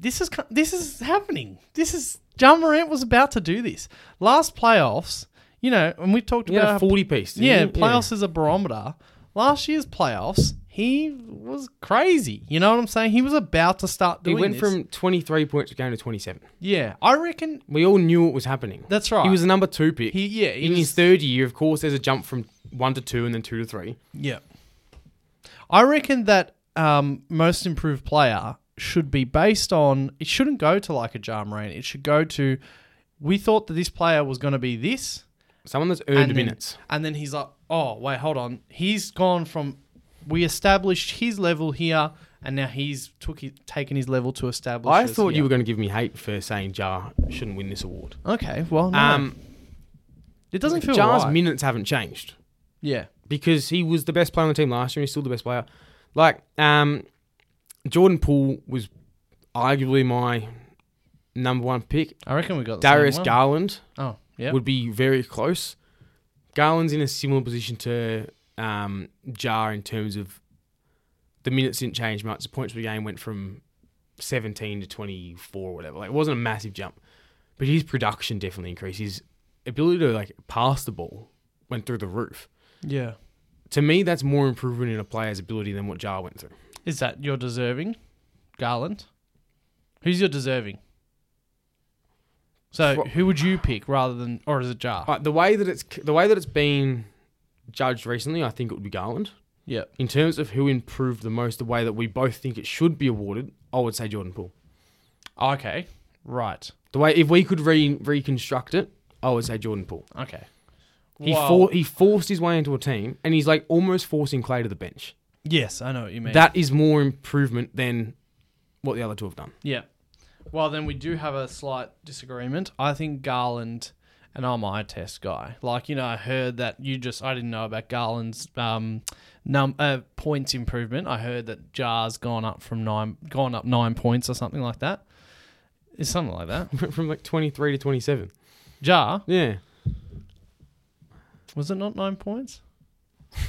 [SPEAKER 1] "This is co- this is happening. This is Ja Morant was about to do this last playoffs. You know, and we talked
[SPEAKER 2] Yeah,
[SPEAKER 1] about how
[SPEAKER 2] 40 piece. didn't
[SPEAKER 1] yeah,
[SPEAKER 2] he?
[SPEAKER 1] playoffs is a barometer. Last year's playoffs, he was crazy. You know what I'm saying? He was about to start
[SPEAKER 2] He
[SPEAKER 1] doing.
[SPEAKER 2] went
[SPEAKER 1] this.
[SPEAKER 2] from 23 points to going to 27.
[SPEAKER 1] yeah, I reckon
[SPEAKER 2] We all knew it was happening.
[SPEAKER 1] that's right.
[SPEAKER 2] He was the number two pick.
[SPEAKER 1] he yeah he
[SPEAKER 2] In
[SPEAKER 1] was,
[SPEAKER 2] his third year, of course, there's a jump from one to two and then two to three.
[SPEAKER 1] yeah. I reckon that um, most improved player should be based on. It shouldn't go to like a Ja Morant. It should go to. We thought that this player was going to be this,
[SPEAKER 2] Someone that's earned
[SPEAKER 1] then-
[SPEAKER 2] minutes.
[SPEAKER 1] And then he's like, oh, wait, hold on. He's gone from, we established his level here, and now he's took his, taken his level to establish.
[SPEAKER 2] I
[SPEAKER 1] us
[SPEAKER 2] thought
[SPEAKER 1] here.
[SPEAKER 2] you were going to give me hate for saying Ja shouldn't win this award.
[SPEAKER 1] Okay, well, no.
[SPEAKER 2] Um,
[SPEAKER 1] it doesn't feel
[SPEAKER 2] Ja's
[SPEAKER 1] right.
[SPEAKER 2] minutes haven't changed.
[SPEAKER 1] yeah.
[SPEAKER 2] because he was the best player on the team last year and he's still the best player. Like, um, Jordan Poole was arguably my number one pick.
[SPEAKER 1] I reckon we got the
[SPEAKER 2] Darius
[SPEAKER 1] same one.
[SPEAKER 2] Garland
[SPEAKER 1] Oh, yeah.
[SPEAKER 2] would be very close. Garland's in a similar position to um, Jar in terms of the minutes didn't change much. The points per game went from 17 to 24 or whatever. Like, it wasn't a massive jump, but his production definitely increased. His ability to, like, pass the ball went through the roof
[SPEAKER 1] yeah.
[SPEAKER 2] to me, that's more improvement in a player's ability than what Jar went through.
[SPEAKER 1] Is that your deserving, Garland? Who's your deserving? So
[SPEAKER 2] Pro-
[SPEAKER 1] who would you pick rather than, or is it Jar?
[SPEAKER 2] But the way that it's the way that it's been judged recently, I think it would be Garland.
[SPEAKER 1] yeah.
[SPEAKER 2] In terms of who improved the most, the way that we both think it should be awarded, I would say Jordan Poole.
[SPEAKER 1] Okay. Right.
[SPEAKER 2] The way if we could re- reconstruct it, I would say Jordan Poole.
[SPEAKER 1] Okay.
[SPEAKER 2] He
[SPEAKER 1] Wow.
[SPEAKER 2] for- he forced his way into a team, and he's like almost forcing Clay to the bench.
[SPEAKER 1] Yes, I know what you mean.
[SPEAKER 2] That is more improvement than what the other two have done.
[SPEAKER 1] Yeah. Well, then we do have a slight disagreement. I think Garland, and I'm an eye test guy. Like you know, I heard that you just I didn't know about Garland's um num uh, points improvement. I heard that Jar's gone up from nine, gone up nine points or something like that. It's something like that.
[SPEAKER 2] Went from like twenty three to twenty seven.
[SPEAKER 1] Jar,
[SPEAKER 2] Yeah,
[SPEAKER 1] Was it not nine points?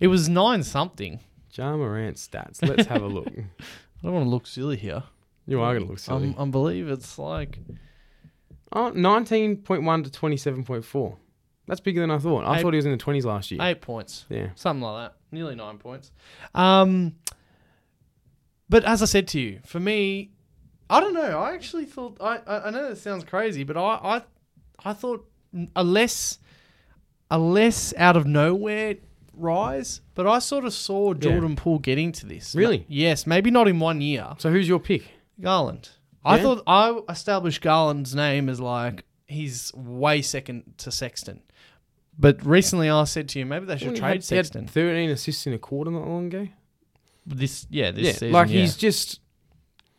[SPEAKER 1] it was nine something.
[SPEAKER 2] Ja Morant stats. Let's have a look.
[SPEAKER 1] I don't want to look silly here.
[SPEAKER 2] You are going to look silly.
[SPEAKER 1] Um, I believe it's like
[SPEAKER 2] Oh, 19.1 to 27.4. That's bigger than I thought. I
[SPEAKER 1] Eight-
[SPEAKER 2] thought he was in the 20s last year.
[SPEAKER 1] eight points.
[SPEAKER 2] Yeah.
[SPEAKER 1] something like that. Nearly nine points. Um, but as I said to you, for me, I don't know. I actually thought I I, I know that sounds crazy, but I I I thought a less a less out of nowhere rise. But I sort of saw Jordan Poole getting to this.
[SPEAKER 2] Really?
[SPEAKER 1] Ma- yes, maybe not in one year.
[SPEAKER 2] So who's your pick?
[SPEAKER 1] Garland. I
[SPEAKER 2] Yeah?
[SPEAKER 1] thought I established Garland's name as like he's way second to Sexton. But recently I said to you maybe they should
[SPEAKER 2] He
[SPEAKER 1] trade
[SPEAKER 2] had- he had
[SPEAKER 1] Sexton.
[SPEAKER 2] 13 assists in a quarter not long ago.
[SPEAKER 1] This yeah, this
[SPEAKER 2] yeah.
[SPEAKER 1] season.
[SPEAKER 2] like
[SPEAKER 1] yeah.
[SPEAKER 2] he's just.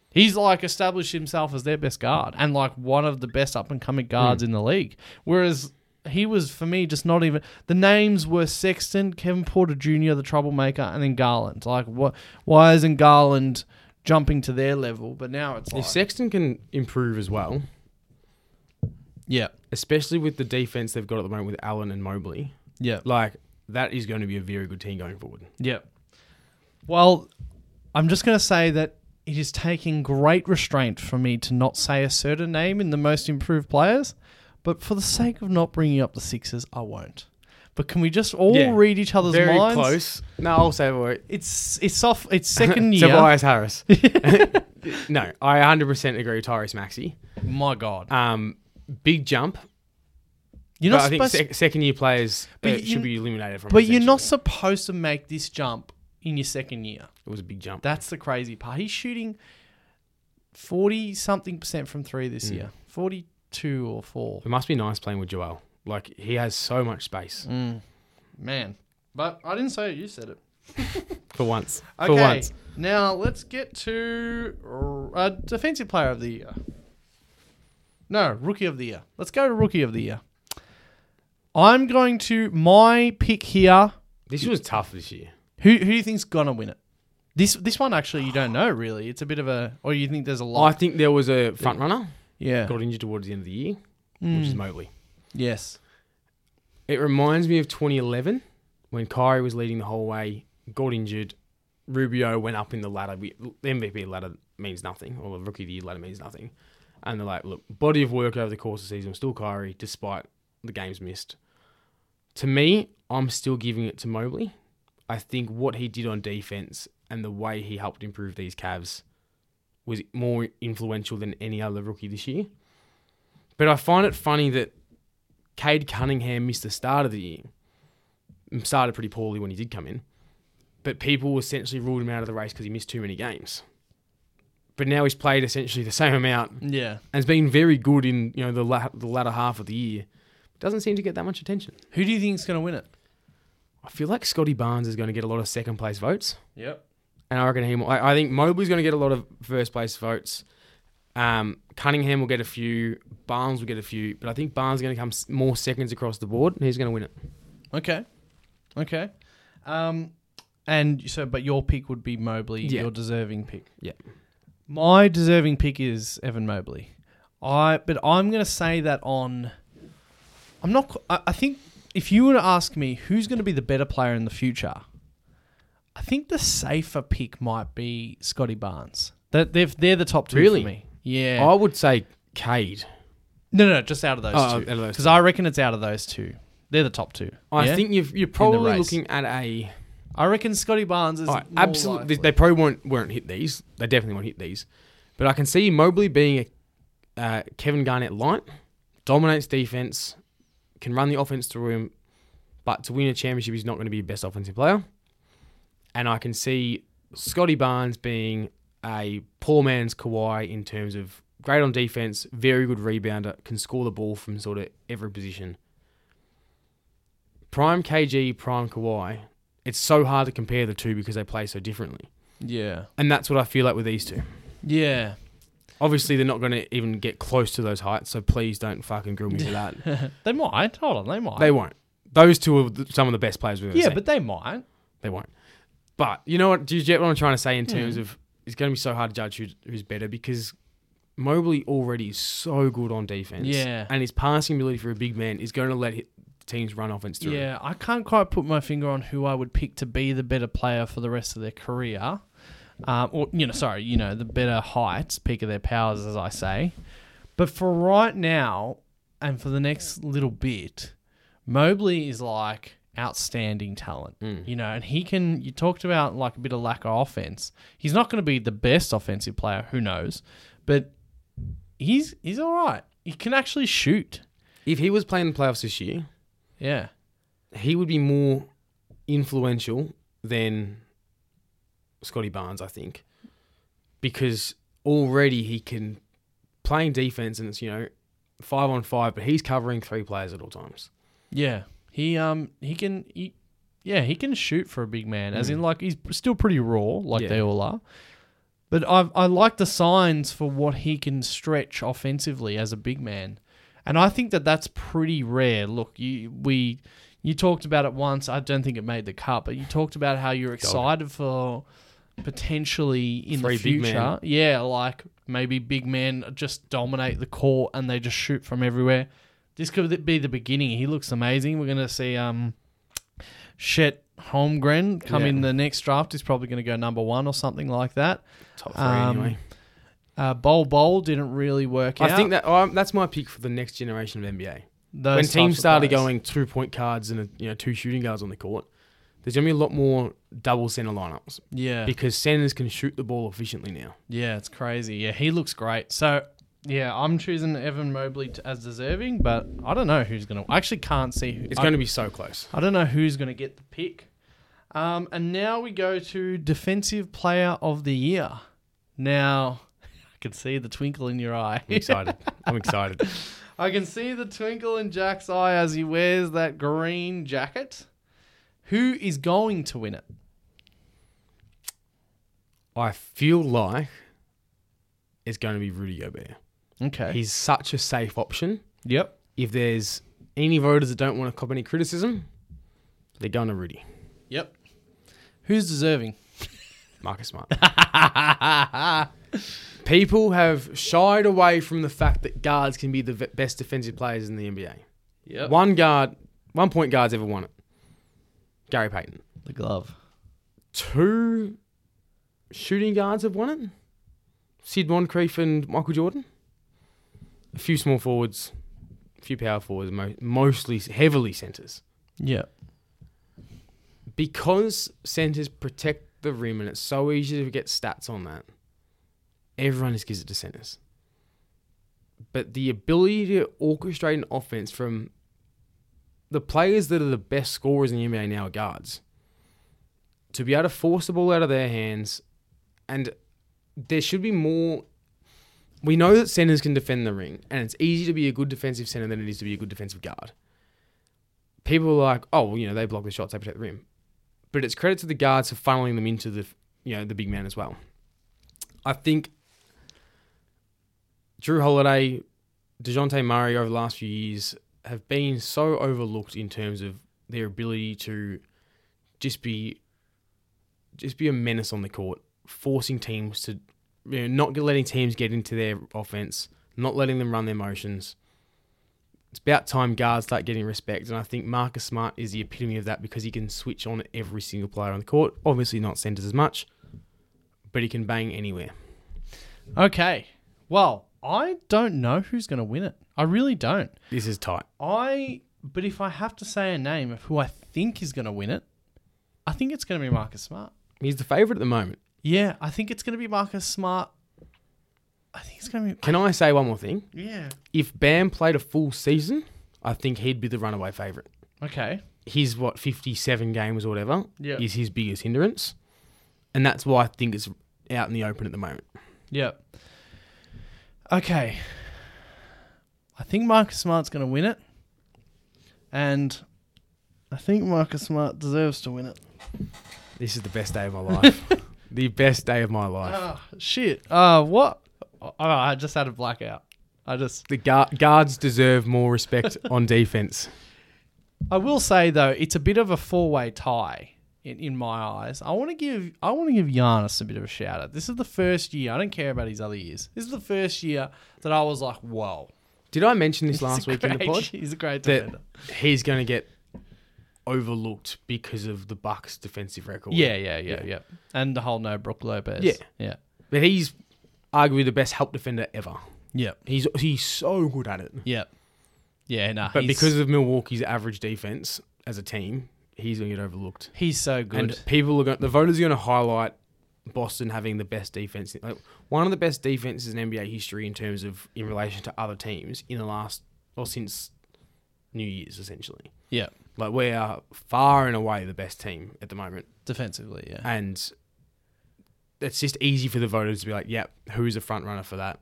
[SPEAKER 1] he's like established himself as their best guard and like one of the best up and coming
[SPEAKER 2] Hmm.
[SPEAKER 1] guards in the league. Whereas he was for me just not even the names were Sexton, Kevin Porter Jr., the troublemaker, and then Garland. Like what why isn't Garland jumping to their level? But now it's like
[SPEAKER 2] If Sexton can improve as well,
[SPEAKER 1] Yeah.
[SPEAKER 2] especially with the defense they've got at the moment with Allen and Mobley,
[SPEAKER 1] Yeah.
[SPEAKER 2] like that is going to be a very good team going forward.
[SPEAKER 1] Yeah. Well, I'm just going to say that it is taking great restraint for me to not say a certain name in the most improved players, but for the sake of not bringing up the Sixers, I won't. But can we just all
[SPEAKER 2] Yeah.
[SPEAKER 1] read each other's
[SPEAKER 2] Very
[SPEAKER 1] minds?
[SPEAKER 2] close. No, I'll say it.
[SPEAKER 1] It's it's off. It's second year.
[SPEAKER 2] Tobias Harris. no, I 100% agree with Tyrese Maxey.
[SPEAKER 1] My God,
[SPEAKER 2] Um, big jump.
[SPEAKER 1] you're
[SPEAKER 2] But
[SPEAKER 1] not
[SPEAKER 2] I think
[SPEAKER 1] supposed.
[SPEAKER 2] sec- second year players
[SPEAKER 1] But
[SPEAKER 2] uh,
[SPEAKER 1] you-
[SPEAKER 2] should be eliminated from
[SPEAKER 1] but you're
[SPEAKER 2] essentially.
[SPEAKER 1] not supposed to make this jump in your second year.
[SPEAKER 2] It was a big jump.
[SPEAKER 1] That's the crazy part. He's shooting forty something percent from three
[SPEAKER 2] Hmm.
[SPEAKER 1] this year. Forty two or four.
[SPEAKER 2] It must be nice playing with Joel. Like he has so much space
[SPEAKER 1] Mm. Man. But I didn't say it, you said it.
[SPEAKER 2] for once.
[SPEAKER 1] Okay.
[SPEAKER 2] For once,
[SPEAKER 1] Now let's get to r- uh, defensive player of the year. No, rookie of the year. Let's go to rookie of the year. I'm going to my pick here.
[SPEAKER 2] this was tough this year.
[SPEAKER 1] Who who do you think's gonna win it? This this one actually you don't know really. It's a bit of a or you think there's a
[SPEAKER 2] I
[SPEAKER 1] lot.
[SPEAKER 2] think there was a front runner Hmm.
[SPEAKER 1] yeah.
[SPEAKER 2] got injured towards the end of the year, which is Mobley.
[SPEAKER 1] Yes.
[SPEAKER 2] It reminds me of 2011 when Kyrie was leading the whole way, got injured. Rubio went up in the ladder. We, the MVP ladder means nothing, or the rookie of the year ladder means nothing. And they're like, look, body of work over the course of the season, still Kyrie, despite the games missed. To me, I'm still giving it to Mobley. I think what he did on defense and the way he helped improve these Cavs was more influential than any other rookie this year. But I find it funny that Cade Cunningham missed the start of the year. Mm, Started pretty poorly when he did come in, but people essentially ruled him out of the race because he missed too many games. But now he's played essentially the same amount and
[SPEAKER 1] Yeah.
[SPEAKER 2] has been very good in you know the la- the latter half of the year. Doesn't seem to get that much attention.
[SPEAKER 1] Who do you think's gonna win it?
[SPEAKER 2] I feel like Scotty Barnes is going to get a lot of second place votes,
[SPEAKER 1] Yep.
[SPEAKER 2] and I reckon he. Will, I, I think Mobley's going to get a lot of first place votes. Um, Cunningham will get a few. Barnes will get a few, but I think Barnes is going to come s- more seconds across the board, and he's going to win it.
[SPEAKER 1] Okay. Okay. Um, and so, but your pick would be Mobley,
[SPEAKER 2] Yeah.
[SPEAKER 1] your deserving pick.
[SPEAKER 2] Yeah.
[SPEAKER 1] My deserving pick is Evan Mobley. I, but I'm going to say that on. I'm not. qu- I, I think if you were to ask me who's going to be the better player in the future, I think the safer pick might be Scotty Barnes. That they're, they're the top two
[SPEAKER 2] Really?
[SPEAKER 1] for me. Yeah.
[SPEAKER 2] I would say Cade.
[SPEAKER 1] no, no, just out of those
[SPEAKER 2] Oh,
[SPEAKER 1] two.
[SPEAKER 2] out of those
[SPEAKER 1] Because I reckon it's out of those two. They're the top two.
[SPEAKER 2] I
[SPEAKER 1] Yeah?
[SPEAKER 2] think you've, you're probably
[SPEAKER 1] race.
[SPEAKER 2] looking at a
[SPEAKER 1] I reckon Scotty Barnes is
[SPEAKER 2] all right,
[SPEAKER 1] more
[SPEAKER 2] absolute. They,
[SPEAKER 1] likely.
[SPEAKER 2] they probably won't weren't hit these. They definitely won't hit these. But I can see Mobley being a uh, Kevin Garnett light, dominates defense, can run the offense through him, but to win a championship, he's not going to be best offensive player. And I can see Scotty Barnes being a poor man's Kawhi in terms of great on defense, very good rebounder, can score the ball from sort of every position. Prime KG, prime Kawhi. It's so hard to compare the two because they play so differently.
[SPEAKER 1] Yeah.
[SPEAKER 2] And that's what I feel like with these two.
[SPEAKER 1] Yeah.
[SPEAKER 2] Obviously, they're not going to even get close to those heights, so please don't fucking grill me for that.
[SPEAKER 1] They might. Hold on, they might.
[SPEAKER 2] They won't. Those two are th- some of the best players we've ever
[SPEAKER 1] yeah,
[SPEAKER 2] seen.
[SPEAKER 1] but they might.
[SPEAKER 2] they won't. But you know what? Do you get what I'm trying to say in
[SPEAKER 1] Hmm.
[SPEAKER 2] terms of it's going to be so hard to judge who's, who's better because Mobley already is so good on defense.
[SPEAKER 1] Yeah.
[SPEAKER 2] And his passing ability for a big man is going to let hi- teams run offense through.
[SPEAKER 1] Yeah, I can't quite put my finger on who I would pick to be the better player for the rest of their career. Um, or, you know, sorry, you know, the better heights, peak of their powers, as I say. But for right now and for the next little bit, Mobley is like outstanding talent, you know, and he can. You talked about like a bit of lack of offense. He's not going to be the best offensive player, who knows, but he's he's all right. He can actually shoot.
[SPEAKER 2] If he was playing in the playoffs this year,
[SPEAKER 1] Yeah,
[SPEAKER 2] he would be more influential than Scotty Barnes, I think, because already he can playing defense and it's you know five on five, but he's covering three players at all times.
[SPEAKER 1] Yeah, he um he can he, yeah he can shoot for a big man. As in, like he's still pretty raw, like
[SPEAKER 2] Mm. Yeah.
[SPEAKER 1] they all are. But I I like the signs for what he can stretch offensively as a big man, and I think that that's pretty rare. Look, you we you talked about it once. I don't think it made the cut, but you talked about how you're excited for potentially in
[SPEAKER 2] Three
[SPEAKER 1] the
[SPEAKER 2] big men.
[SPEAKER 1] future. Yeah, like maybe big men just dominate the court and they just shoot from everywhere. This could be the beginning. He looks amazing. We're gonna see um, Shet Holmgren come
[SPEAKER 2] Yeah.
[SPEAKER 1] in the next draft. He's probably gonna go number one or something like that.
[SPEAKER 2] Top three
[SPEAKER 1] Um,
[SPEAKER 2] anyway.
[SPEAKER 1] Uh, Bol Bol didn't really work out.
[SPEAKER 2] I think that um, that's my pick for the next generation of NBA.
[SPEAKER 1] Those
[SPEAKER 2] when
[SPEAKER 1] types
[SPEAKER 2] teams
[SPEAKER 1] of
[SPEAKER 2] started
[SPEAKER 1] players.
[SPEAKER 2] going two point guards and a, you know two shooting guards on the court, there's gonna be a lot more double center lineups
[SPEAKER 1] yeah,
[SPEAKER 2] because centers can shoot the ball efficiently now.
[SPEAKER 1] yeah, it's crazy. Yeah, he looks great. So. Yeah, I'm choosing Evan Mobley t as deserving, but I don't know who's gonna. I actually can't see. Who,
[SPEAKER 2] It's
[SPEAKER 1] I-
[SPEAKER 2] going to be so close.
[SPEAKER 1] I don't know who's going to get the pick. Um, and now we go to defensive player of the year. Now, I can see the twinkle in your eye.
[SPEAKER 2] I'm excited. I'm excited.
[SPEAKER 1] I can see the twinkle in Jack's eye as he wears that green jacket. Who is going to win it?
[SPEAKER 2] I feel like it's going to be Rudy Gobert.
[SPEAKER 1] Okay.
[SPEAKER 2] He's such a safe option.
[SPEAKER 1] yep.
[SPEAKER 2] If there's any voters that don't want to cop any criticism, they're going to Rudy.
[SPEAKER 1] Yep. Who's deserving?
[SPEAKER 2] Marcus Smart. People have shied away from the fact that guards can be the v- best defensive players in the NBA.
[SPEAKER 1] Yep.
[SPEAKER 2] One guard, one point guard's ever won it. Gary Payton.
[SPEAKER 1] The glove.
[SPEAKER 2] Two shooting guards have won it. Sid Moncrief and Michael Jordan. A few small forwards, a few power forwards, mo- mostly heavily centers.
[SPEAKER 1] Yep.
[SPEAKER 2] Because centers protect the rim and it's so easy to get stats on that, everyone just gives it to centers. But the ability to orchestrate an offense from the players that are the best scorers in the NBA now are guards. To be able to force the ball out of their hands, and there should be more. We know that centers can defend the ring, and it's easy to be a good defensive center than it is to be a good defensive guard. People are like, oh, well, you know, they block the shots, they protect the rim, but it's credit to the guards for funneling them into the, you know, the big man as well. I think Drew Holiday, Dejounte Murray over the last few years have been so overlooked in terms of their ability to just be just be a menace on the court, forcing teams to you know, not letting teams get into their offense, not letting them run their motions. It's about time guards start getting respect, and I think Marcus Smart is the epitome of that because he can switch on every single player on the court. Obviously, not centers as much, but he can bang anywhere.
[SPEAKER 1] Okay. Well, I don't know who's going to win it. I really don't.
[SPEAKER 2] This is tight.
[SPEAKER 1] I but if I have to say a name of who I think is going to win it, I think it's going to be Marcus Smart.
[SPEAKER 2] He's the favorite at the moment.
[SPEAKER 1] Yeah, I think it's going to be Marcus Smart. I think it's going to
[SPEAKER 2] Can I say one more thing?
[SPEAKER 1] be yeah.
[SPEAKER 2] if Bam played a full season, I think he'd be the runaway favourite.
[SPEAKER 1] Okay.
[SPEAKER 2] His what fifty-seven games or whatever
[SPEAKER 1] Yeah.
[SPEAKER 2] is his biggest hindrance, and that's why I think it's out in the open at the moment.
[SPEAKER 1] Yep. Okay. I think Marcus Smart's going to win it. And I think Marcus Smart deserves to win it.
[SPEAKER 2] This is the best day of my life. the best day of my life.
[SPEAKER 1] Ah, shit. Uh what? Oh, I just had a blackout. I just
[SPEAKER 2] the guard, guards deserve more respect on defense.
[SPEAKER 1] I will say though, it's a bit of a four-way tie in, in my eyes. I want to give I want to give Giannis a bit of a shout out. This is the first year. I don't care about his other years. This is the first year that I was like, "Whoa,
[SPEAKER 2] Did I mention this
[SPEAKER 1] He's
[SPEAKER 2] last
[SPEAKER 1] a
[SPEAKER 2] week in the
[SPEAKER 1] great-
[SPEAKER 2] pod?
[SPEAKER 1] He's a great
[SPEAKER 2] that
[SPEAKER 1] defender.
[SPEAKER 2] he's going to get overlooked because of the Bucks' defensive record.
[SPEAKER 1] Yeah, yeah, yeah,
[SPEAKER 2] Yeah.
[SPEAKER 1] yeah. And the whole no Brook Lopez.
[SPEAKER 2] Yeah.
[SPEAKER 1] yeah,
[SPEAKER 2] but he's arguably the best help defender ever.
[SPEAKER 1] yeah,
[SPEAKER 2] He's he's so good at it.
[SPEAKER 1] yeah, yeah. Nah,
[SPEAKER 2] But
[SPEAKER 1] he's-
[SPEAKER 2] because of Milwaukee's average defense as a team, he's going to get overlooked.
[SPEAKER 1] he's so good,
[SPEAKER 2] And people are going. The voters are going to highlight Boston having the best defense, like one of the best defenses in NBA history in terms of in relation to other teams in the last or since New Year's essentially.
[SPEAKER 1] yeah,
[SPEAKER 2] Like we are far and away the best team at the moment,
[SPEAKER 1] defensively, yeah.
[SPEAKER 2] and it's just easy for the voters to be like, "Yep, who's the front runner for that?"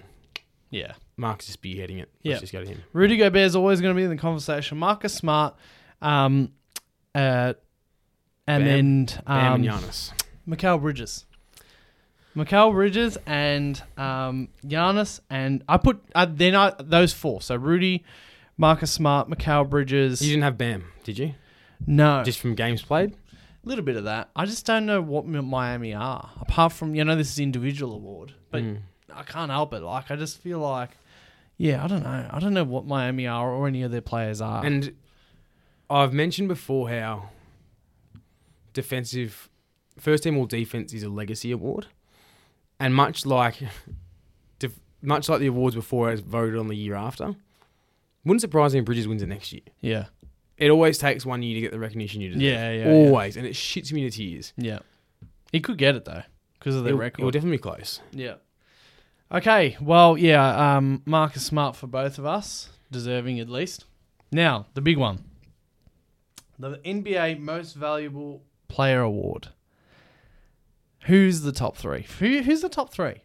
[SPEAKER 1] Yeah.
[SPEAKER 2] Marcus is spearheading it. Let's
[SPEAKER 1] Yeah.
[SPEAKER 2] just go to him.
[SPEAKER 1] Rudy Gobert is always going to be in the conversation. Marcus Smart, um, uh, and
[SPEAKER 2] Bam.
[SPEAKER 1] then um,
[SPEAKER 2] Bam and Giannis.
[SPEAKER 1] Mikal Bridges. Mikal Bridges and um, Giannis and I put uh, then I those four. So Rudy, Marcus Smart, Mikal Bridges.
[SPEAKER 2] You didn't have Bam, did you?
[SPEAKER 1] no,
[SPEAKER 2] Just from games played.
[SPEAKER 1] a little bit of that. I just don't know what Mi- Miami are apart from you know this is individual award, but
[SPEAKER 2] Mm.
[SPEAKER 1] I can't help it. Like I just feel like, yeah, I don't know. I don't know what Miami are or any of their players are.
[SPEAKER 2] And I've mentioned before how defensive, first team all defense is a legacy award, and much like, def, much like the awards before, it's voted on the year after. Wouldn't surprise me if Bridges wins it next year.
[SPEAKER 1] yeah,
[SPEAKER 2] It always takes one year to get the recognition you deserve.
[SPEAKER 1] Yeah, yeah, yeah.
[SPEAKER 2] always, and it shits me to tears.
[SPEAKER 1] yeah, he could get it though because of their
[SPEAKER 2] It'll,
[SPEAKER 1] record.
[SPEAKER 2] it'll definitely be close.
[SPEAKER 1] Yeah. Okay. Well, yeah. Um, Marcus Smart for both of us, deserving at least. Now the big one, the NBA Most Valuable Player Award. Who's the top three? Who, who's the top three?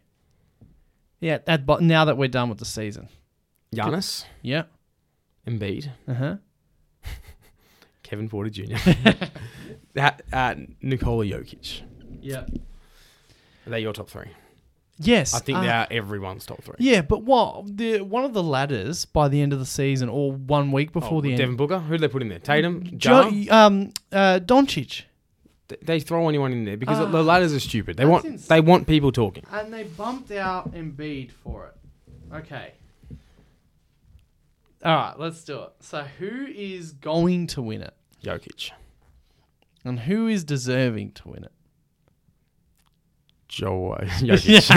[SPEAKER 1] Yeah. At but now that we're done with the season.
[SPEAKER 2] Giannis,
[SPEAKER 1] Yeah.
[SPEAKER 2] Embiid,
[SPEAKER 1] Uh huh.
[SPEAKER 2] Kevin Porter Jr., that, uh, Nikola Jokic.
[SPEAKER 1] Yeah.
[SPEAKER 2] Are they your top three?
[SPEAKER 1] Yes.
[SPEAKER 2] I think
[SPEAKER 1] uh,
[SPEAKER 2] they are everyone's top three.
[SPEAKER 1] Yeah, but what the one of the ladders by the end of the season or one week before
[SPEAKER 2] Oh,
[SPEAKER 1] the end.
[SPEAKER 2] Devin Booker. Who did they put in there? Tatum,
[SPEAKER 1] Jo-
[SPEAKER 2] Jar.
[SPEAKER 1] um, uh, Doncic.
[SPEAKER 2] Th- they throw anyone in there because
[SPEAKER 1] Ah.
[SPEAKER 2] the ladders are stupid. They
[SPEAKER 1] That's
[SPEAKER 2] want
[SPEAKER 1] insane.
[SPEAKER 2] they want people talking.
[SPEAKER 1] And they bumped out Embiid for it. Okay. All right, let's do it. So, who is going to win it,
[SPEAKER 2] Jokic,
[SPEAKER 1] and who is deserving to win it?
[SPEAKER 2] Joel Jokic.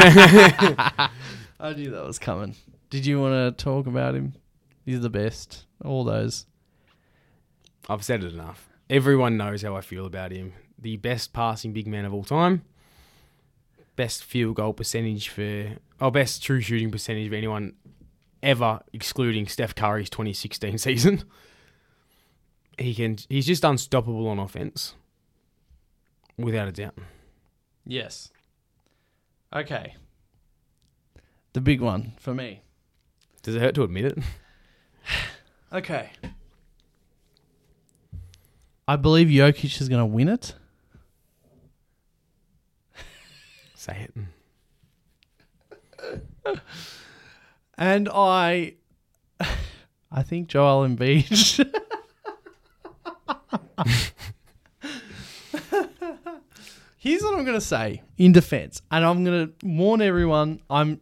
[SPEAKER 1] I knew that was coming. Did you want to talk about him? He's the best. All those.
[SPEAKER 2] I've said it enough. Everyone knows how I feel about him. The best passing big man of all time. Best field goal percentage for oh, best true shooting percentage of anyone ever, excluding Steph Curry's 2016 season. He can. He's just unstoppable on offense, without a doubt.
[SPEAKER 1] Yes. Okay. The big one for me.
[SPEAKER 2] Does it hurt to admit it?
[SPEAKER 1] Okay. I believe Jokic is going to win it.
[SPEAKER 2] Say it.
[SPEAKER 1] And I, I think Joel Embiid. Here's what I'm going to say in defense, and I'm going to warn everyone. I'm,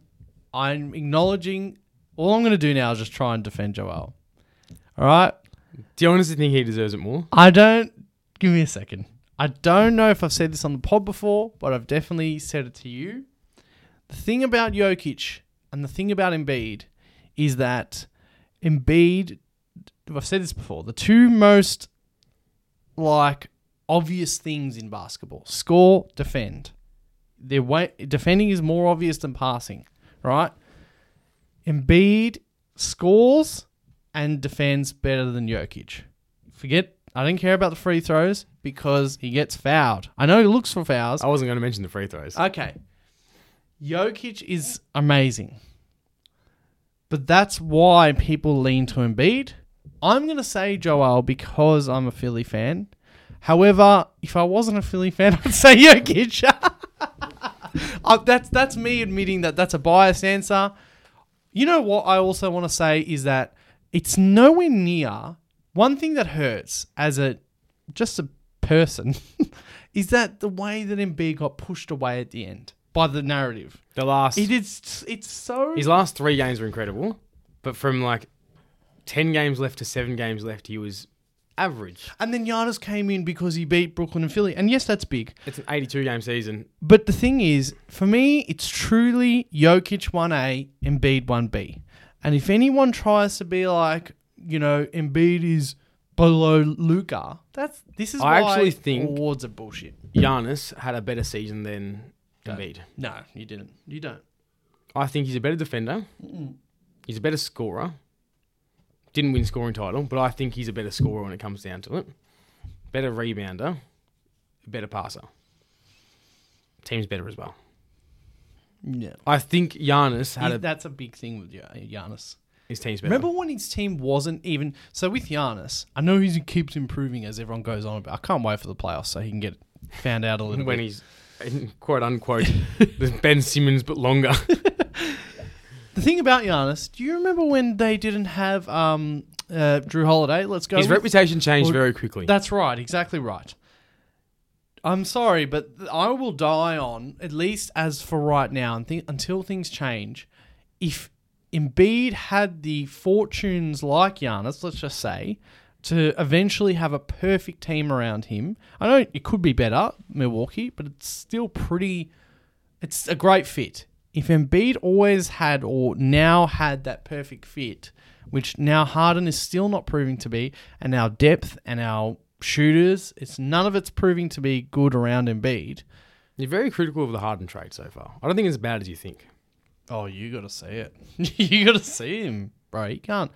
[SPEAKER 1] I'm acknowledging. All I'm going to do now is just try and defend Joel. All right.
[SPEAKER 2] Do you honestly think he deserves it more?
[SPEAKER 1] I don't. Give me a second. I don't know if I've said this on the pod before, but I've definitely said it to you. The thing about Jokic and the thing about Embiid is that Embiid, I've said this before, the two most like obvious things in basketball score, defend. Their way, defending is more obvious than passing, right? Embiid scores and defends better than Jokic. Forget, I didn't care about the free throws because he gets fouled. I know he looks for fouls.
[SPEAKER 2] I wasn't going to mention the free throws.
[SPEAKER 1] Okay. Jokic is amazing. But that's why people lean to Embiid. I'm going to say Joel because I'm a Philly fan. However, if I wasn't a Philly fan, I'd say Jokic. Uh, that's that's me admitting that that's a biased answer. You know what I also want to say is that it's nowhere near one thing that hurts as a just a person is that the way that Embiid got pushed away at the end by the narrative.
[SPEAKER 2] the last
[SPEAKER 1] It is it's so
[SPEAKER 2] his last three games were incredible, but from like ten games left to seven games left, he was average.
[SPEAKER 1] And then Giannis came in because he beat Brooklyn and Philly. And yes, that's big.
[SPEAKER 2] It's an 82 game season.
[SPEAKER 1] But the thing is, for me, it's truly Jokic 1A, Embiid 1B. And if anyone tries to be like, you know, Embiid is below Luca, that's this is
[SPEAKER 2] I
[SPEAKER 1] why
[SPEAKER 2] actually think-
[SPEAKER 1] awards are bullshit.
[SPEAKER 2] Giannis had a better season than Embiid.
[SPEAKER 1] No, you didn't. You don't.
[SPEAKER 2] I think he's a better defender. He's a better scorer. Didn't win scoring title, but I think he's a better scorer when it comes down to it. Better rebounder, better passer. Team's better as well.
[SPEAKER 1] No.
[SPEAKER 2] I think Giannis had
[SPEAKER 1] He-
[SPEAKER 2] a,
[SPEAKER 1] that's a big thing with Gia- Giannis.
[SPEAKER 2] his team's better.
[SPEAKER 1] Remember when his team wasn't even so with Giannis? I know he's, he keeps improving as everyone goes on about. I can't wait for the playoffs so he can get found out a little
[SPEAKER 2] when
[SPEAKER 1] bit.
[SPEAKER 2] he's in quote unquote the Ben Simmons but longer.
[SPEAKER 1] the thing about Giannis, do you remember when they didn't have um, uh, Drew Holiday? Let's go.
[SPEAKER 2] His
[SPEAKER 1] with-
[SPEAKER 2] reputation changed
[SPEAKER 1] Well,
[SPEAKER 2] very quickly.
[SPEAKER 1] That's right, exactly right. I'm sorry, but th- I will die on at least as for right now and thi- until things change. If Embiid had the fortunes like Giannis, let's just say, to eventually have a perfect team around him, I know it could be better, Milwaukee, but it's still pretty. It's a great fit. If Embiid always had or now had that perfect fit, which now Harden is still not proving to be, and our depth and our shooters, it's none of it's proving to be good around Embiid.
[SPEAKER 2] You're very critical of the Harden trade so far. I don't think it's as bad as you think.
[SPEAKER 1] Oh, you gotta see it. you gotta see him, bro. He can't.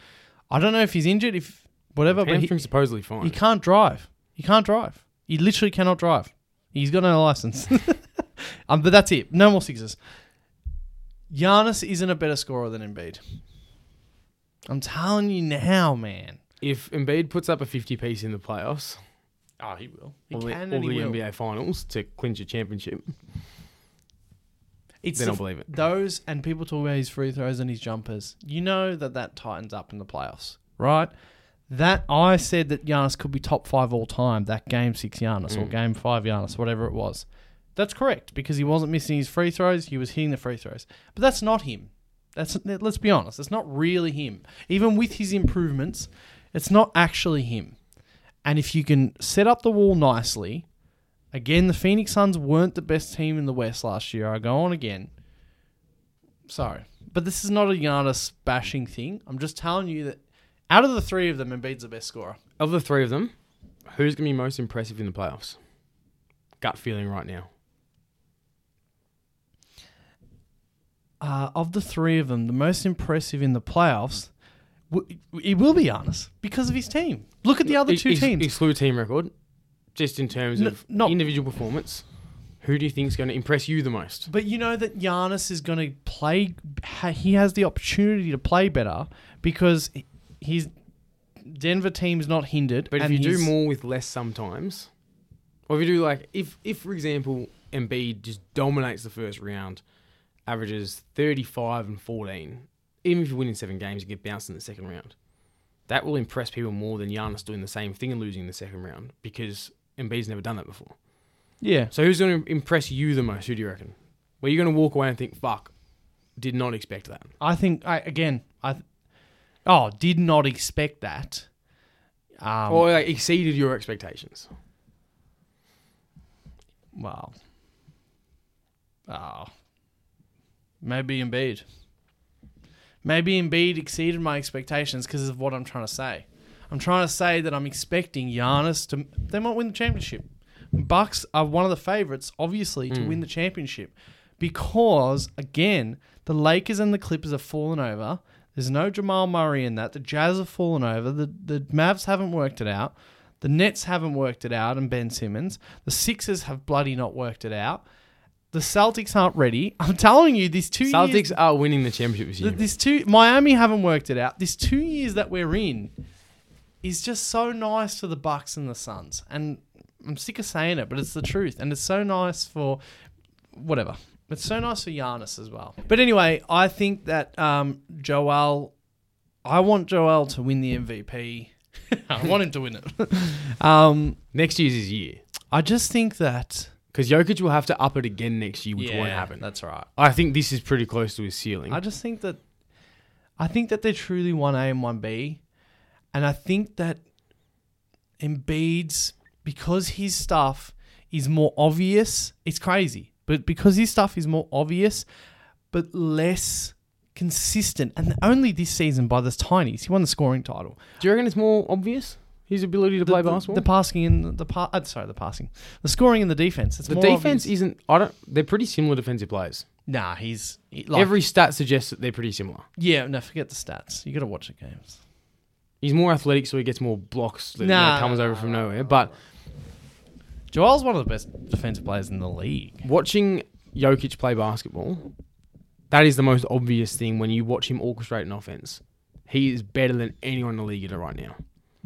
[SPEAKER 1] I don't know if he's injured, if whatever, but he,
[SPEAKER 2] Hamstring's supposedly fine.
[SPEAKER 1] he can't drive. He can't drive. He literally cannot drive. He's got no license. um, but that's it. No more sixes. Giannis isn't a better scorer than Embiid. I'm telling you now, man.
[SPEAKER 2] if Embiid puts up a 50 piece in the playoffs
[SPEAKER 1] Oh, he will. He
[SPEAKER 2] or the,
[SPEAKER 1] can
[SPEAKER 2] or
[SPEAKER 1] and he
[SPEAKER 2] the
[SPEAKER 1] will.
[SPEAKER 2] NBA finals to clinch a championship,
[SPEAKER 1] It's
[SPEAKER 2] then
[SPEAKER 1] the
[SPEAKER 2] I'll
[SPEAKER 1] f-
[SPEAKER 2] believe it.
[SPEAKER 1] Those and people talk about his free throws and his jumpers. You know that that tightens up in the playoffs, right? That I said that Giannis could be top five all time. That game six Giannis
[SPEAKER 2] Mm.
[SPEAKER 1] or game five Giannis, whatever it was. That's correct because he wasn't missing his free throws. He was hitting the free throws, but that's not him. That's let's be honest. That's not really him. Even with his improvements, it's not actually him. And if you can set up the wall nicely, again, the Phoenix Suns weren't the best team in the West last year. I go on again. Sorry. But this is not a Giannis bashing thing. I'm just telling you that out of the three of them, Embiid's the best scorer.
[SPEAKER 2] Of the three of them, who's going to be most impressive in the playoffs? Gut feeling right now.
[SPEAKER 1] Uh, of the three of them, the most impressive in the playoffs, w- it will be Giannis because of his team. Look at the other
[SPEAKER 2] Ex-
[SPEAKER 1] two
[SPEAKER 2] ex-
[SPEAKER 1] teams.
[SPEAKER 2] Exclude team record, just in terms
[SPEAKER 1] N-
[SPEAKER 2] of
[SPEAKER 1] not-
[SPEAKER 2] individual performance. Who do you think is going to impress you the most?
[SPEAKER 1] But you know that Giannis is going to play. ha- He has the opportunity to play better because he- his Denver team's not hindered.
[SPEAKER 2] But if
[SPEAKER 1] and
[SPEAKER 2] you do
[SPEAKER 1] he's-
[SPEAKER 2] more with less sometimes, or if you do like, if, if for example, Embiid just dominates the first round, averages 35 and 14, even if you win in seven games, you get bounced in the second round. That will impress people more than Giannis doing the same thing and losing in the second round because Embiid's never done that before.
[SPEAKER 1] yeah,
[SPEAKER 2] So who's going to impress you the most? Who do you reckon? Where you're going to walk away and think, fuck, did not expect that.
[SPEAKER 1] I think I again I, th- oh, did not expect that. Um,
[SPEAKER 2] or like, exceeded your expectations.
[SPEAKER 1] well, oh, maybe Embiid. Maybe Embiid exceeded my expectations because of what I'm trying to say. I'm trying to say that I'm expecting Giannis to. They might win the championship. Bucks are one of the favorites, obviously, to win the championship because, again, the Lakers and the Clippers have fallen over. There's no Jamal Murray in that. The Jazz have fallen over. The the Mavs haven't worked it out. The Nets haven't worked it out, and Ben Simmons. The Sixers have bloody not worked it out. The Celtics aren't ready. I'm telling you, these two years-
[SPEAKER 2] Celtics are winning the championship this year.
[SPEAKER 1] Th- This two Miami haven't worked it out. This two years that we're in is just so nice for the Bucks and the Suns, and I'm sick of saying it, but it's the truth, and it's so nice for whatever. It's so nice for Giannis as well. But anyway, I think that um, Joel, I want Joel to win the MVP. I want him to win it. um,
[SPEAKER 2] Next year's his year.
[SPEAKER 1] I just think that
[SPEAKER 2] Because Jokic will have to up it again next year, which won't happen.
[SPEAKER 1] That's right.
[SPEAKER 2] I think this is pretty close to his ceiling.
[SPEAKER 1] I just think that I think that they're truly one A and one B. And I think that Embiid's because his stuff is more obvious. It's crazy, but because his stuff is more obvious, but less consistent, and only this season by the tinies, he won the scoring title.
[SPEAKER 2] Do you reckon it's more obvious his ability to play
[SPEAKER 1] the,
[SPEAKER 2] basketball?
[SPEAKER 1] the passing and the pa- uh, sorry, the passing, the scoring and the defense. It's
[SPEAKER 2] The
[SPEAKER 1] more
[SPEAKER 2] defense
[SPEAKER 1] obvious.
[SPEAKER 2] isn't. I don't. They're pretty similar defensive players.
[SPEAKER 1] nah. He's he- like,
[SPEAKER 2] Every stat suggests that they're pretty similar.
[SPEAKER 1] yeah. No, forget the stats. You got to watch the games.
[SPEAKER 2] He's more athletic, so he gets more blocks that you know,
[SPEAKER 1] Nah.
[SPEAKER 2] comes over from nowhere. But
[SPEAKER 1] Joel's one of the best defensive players in the league.
[SPEAKER 2] watching Jokic play basketball, that is the most obvious thing when you watch him orchestrate an offense. He is better than anyone in the league at it right now.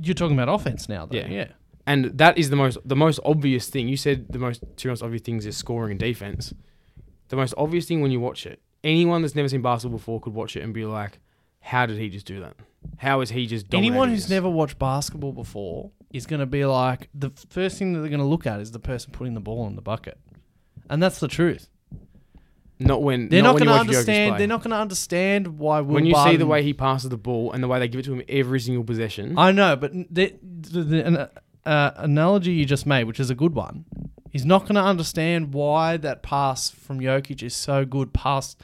[SPEAKER 1] You're talking about offense now, though.
[SPEAKER 2] Yeah.
[SPEAKER 1] yeah.
[SPEAKER 2] And that is the most the most obvious thing. You said the most two most obvious things is scoring and defense. The most obvious thing when you watch it, anyone that's never seen basketball before could watch it and be like, "How did he just do that? How is he just dominating
[SPEAKER 1] Anyone who's
[SPEAKER 2] this?"
[SPEAKER 1] never watched basketball before is going to be like the first thing that they're going to look at is the person putting the ball in the bucket, and that's the truth.
[SPEAKER 2] not when
[SPEAKER 1] They're not,
[SPEAKER 2] when you
[SPEAKER 1] going to
[SPEAKER 2] watch Jokic
[SPEAKER 1] understand.
[SPEAKER 2] play.
[SPEAKER 1] They're not going to understand why Will
[SPEAKER 2] when you see the
[SPEAKER 1] Barton-
[SPEAKER 2] way he passes the ball and the way they give it to him every single possession.
[SPEAKER 1] I know, but n- the, the, the an, uh, analogy you just made, which is a good one, he's not going to understand why that pass from Jokic is so good. Past,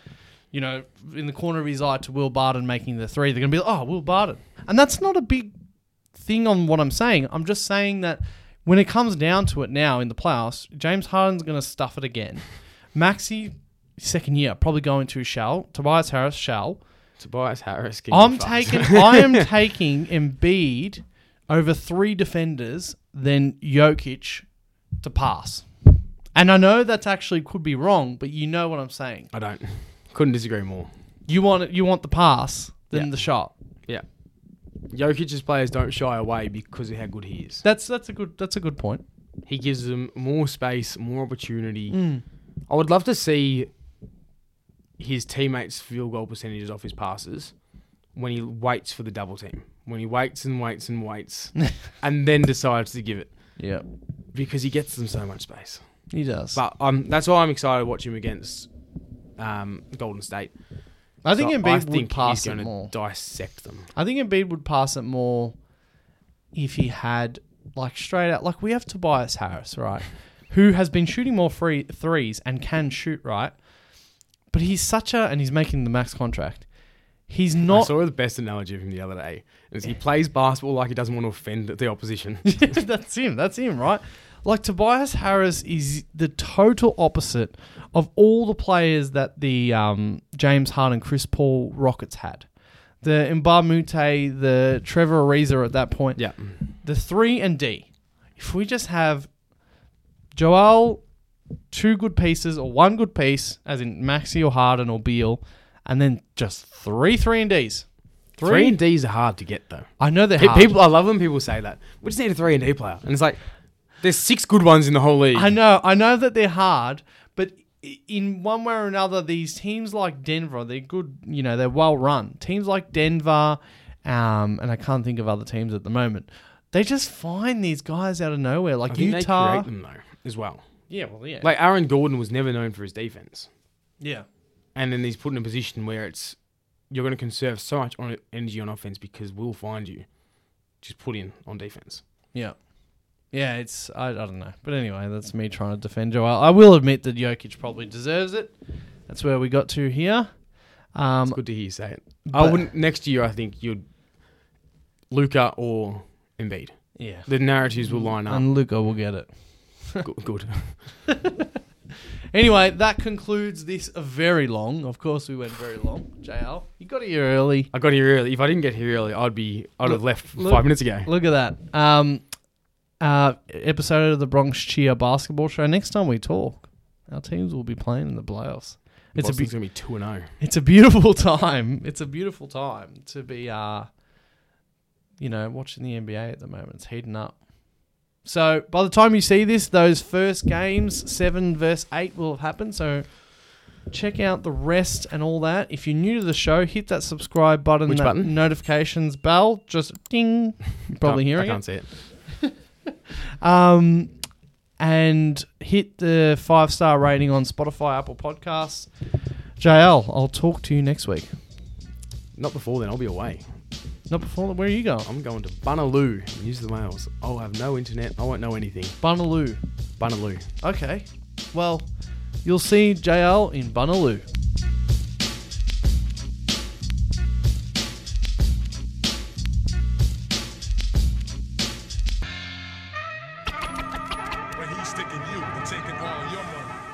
[SPEAKER 1] you know, in the corner of his eye to Will Barton making the three. They're going to be like, oh, Will Barton, and that's not a big thing on what I'm saying. I'm just saying that when it comes down to it now in the playoffs, James Harden's going to stuff it again. Maxi, second year, probably going to shell. Tobias Harris shell.
[SPEAKER 2] Tobias Harris. can
[SPEAKER 1] I'm
[SPEAKER 2] get fucked.
[SPEAKER 1] taking I am taking Embiid over three defenders than Jokic to pass. And I know that's actually could be wrong, but you know what I'm saying.
[SPEAKER 2] I don't. Couldn't disagree more.
[SPEAKER 1] You want it, you want the pass than
[SPEAKER 2] Yeah.
[SPEAKER 1] the shot.
[SPEAKER 2] Yeah. Jokic's players don't shy away because of how good he is.
[SPEAKER 1] That's that's a good that's a good point.
[SPEAKER 2] He gives them more space, more opportunity.
[SPEAKER 1] Mm.
[SPEAKER 2] I would love to see his teammates' field goal percentages off his passes when he waits for the double team. When he waits and waits and waits and then decides to give it
[SPEAKER 1] Yeah.
[SPEAKER 2] because he gets them so much space.
[SPEAKER 1] He does.
[SPEAKER 2] But um, that's why I'm excited to watch him against um, Golden State.
[SPEAKER 1] I think
[SPEAKER 2] So
[SPEAKER 1] Embiid would
[SPEAKER 2] think
[SPEAKER 1] pass
[SPEAKER 2] he's
[SPEAKER 1] it
[SPEAKER 2] gonna
[SPEAKER 1] more.
[SPEAKER 2] dissect them.
[SPEAKER 1] I think Embiid would pass it more if he had like straight out like we have Tobias Harris, right? Who has been shooting more free threes and can shoot, right? But he's such a and he's making the max contract. He's
[SPEAKER 2] I
[SPEAKER 1] not
[SPEAKER 2] saw the best analogy of him the other day. Is he plays basketball like he doesn't want to offend the opposition.
[SPEAKER 1] that's him. That's him, right? Like Tobias Harris is the total opposite of all the players that the um, James Harden, Chris Paul Rockets had. The Mbamute, the Trevor Ariza at that point.
[SPEAKER 2] yeah.
[SPEAKER 1] the three and D. If we just have Joel, two good pieces or one good piece, as in Maxi or Harden or Beal, and then just three three and Ds. Three.
[SPEAKER 2] Three and D's are hard to get though.
[SPEAKER 1] I know they're
[SPEAKER 2] Pe-
[SPEAKER 1] hard.
[SPEAKER 2] People I love when people say that. We just need a three and D player. And it's like there's six good ones in the whole league.
[SPEAKER 1] I know, I know that they're hard, but i- in one way or another, these teams like Denver, they're good. You know, they're well run. Teams like Denver, um, and I can't think of other teams at the moment. They just find these guys out of nowhere, like
[SPEAKER 2] I think they
[SPEAKER 1] Utah.
[SPEAKER 2] create them though as well.
[SPEAKER 1] Yeah, well, yeah,
[SPEAKER 2] Like Aaron Gordon was never known for his defense.
[SPEAKER 1] yeah.
[SPEAKER 2] And then he's put in a position where it's you're going to conserve so much on energy on offense because we'll find you. Just put in on defense.
[SPEAKER 1] Yeah. Yeah, it's I, I don't know. But anyway, that's me trying to defend Joel. I will admit that Jokic probably deserves it. That's where we got to here. Um,
[SPEAKER 2] It's good to hear you say it. I
[SPEAKER 1] But-
[SPEAKER 2] wouldn't. Next year, I think you'd Luca or Embiid.
[SPEAKER 1] yeah.
[SPEAKER 2] The narratives will line up.
[SPEAKER 1] And Luca will get it.
[SPEAKER 2] good, good.
[SPEAKER 1] Anyway, that concludes this very long. Of course, we went very long. JL, you got here early.
[SPEAKER 2] I got here early. If I didn't get here early, I'd be. I'd have
[SPEAKER 1] Look-
[SPEAKER 2] left
[SPEAKER 1] look-
[SPEAKER 2] five minutes ago.
[SPEAKER 1] Look at that. Um, uh, episode of the Bronx Cheer Basketball Show. Next time we talk, our teams will be playing in the playoffs. It's
[SPEAKER 2] It's
[SPEAKER 1] a big
[SPEAKER 2] gonna be two and oh. zero.
[SPEAKER 1] it's a beautiful time. It's a beautiful time to be, uh, you know, watching the NBA at the moment. It's heating up. So by the time you see this, those first games, seven verse eight, will have happened. So check out the rest and all that. If you're new to the show, hit that subscribe button,
[SPEAKER 2] Which
[SPEAKER 1] that
[SPEAKER 2] button?
[SPEAKER 1] notifications bell, just ding. You're probably
[SPEAKER 2] Can't-
[SPEAKER 1] hearing
[SPEAKER 2] I
[SPEAKER 1] it.
[SPEAKER 2] can't see it.
[SPEAKER 1] Um, and hit the five star rating on Spotify, Apple Podcasts. JL, I'll talk to you next week.
[SPEAKER 2] Not before then. I'll be away.
[SPEAKER 1] Not before that. Where are you going?
[SPEAKER 2] I'm going to Bunaloo, New South Wales. I'll have no internet. I won't know anything.
[SPEAKER 1] Bunaloo.
[SPEAKER 2] Bunaloo.
[SPEAKER 1] Okay. Well, you'll see JL in Bunaloo.
[SPEAKER 3] When he's sticking you and taking all your money.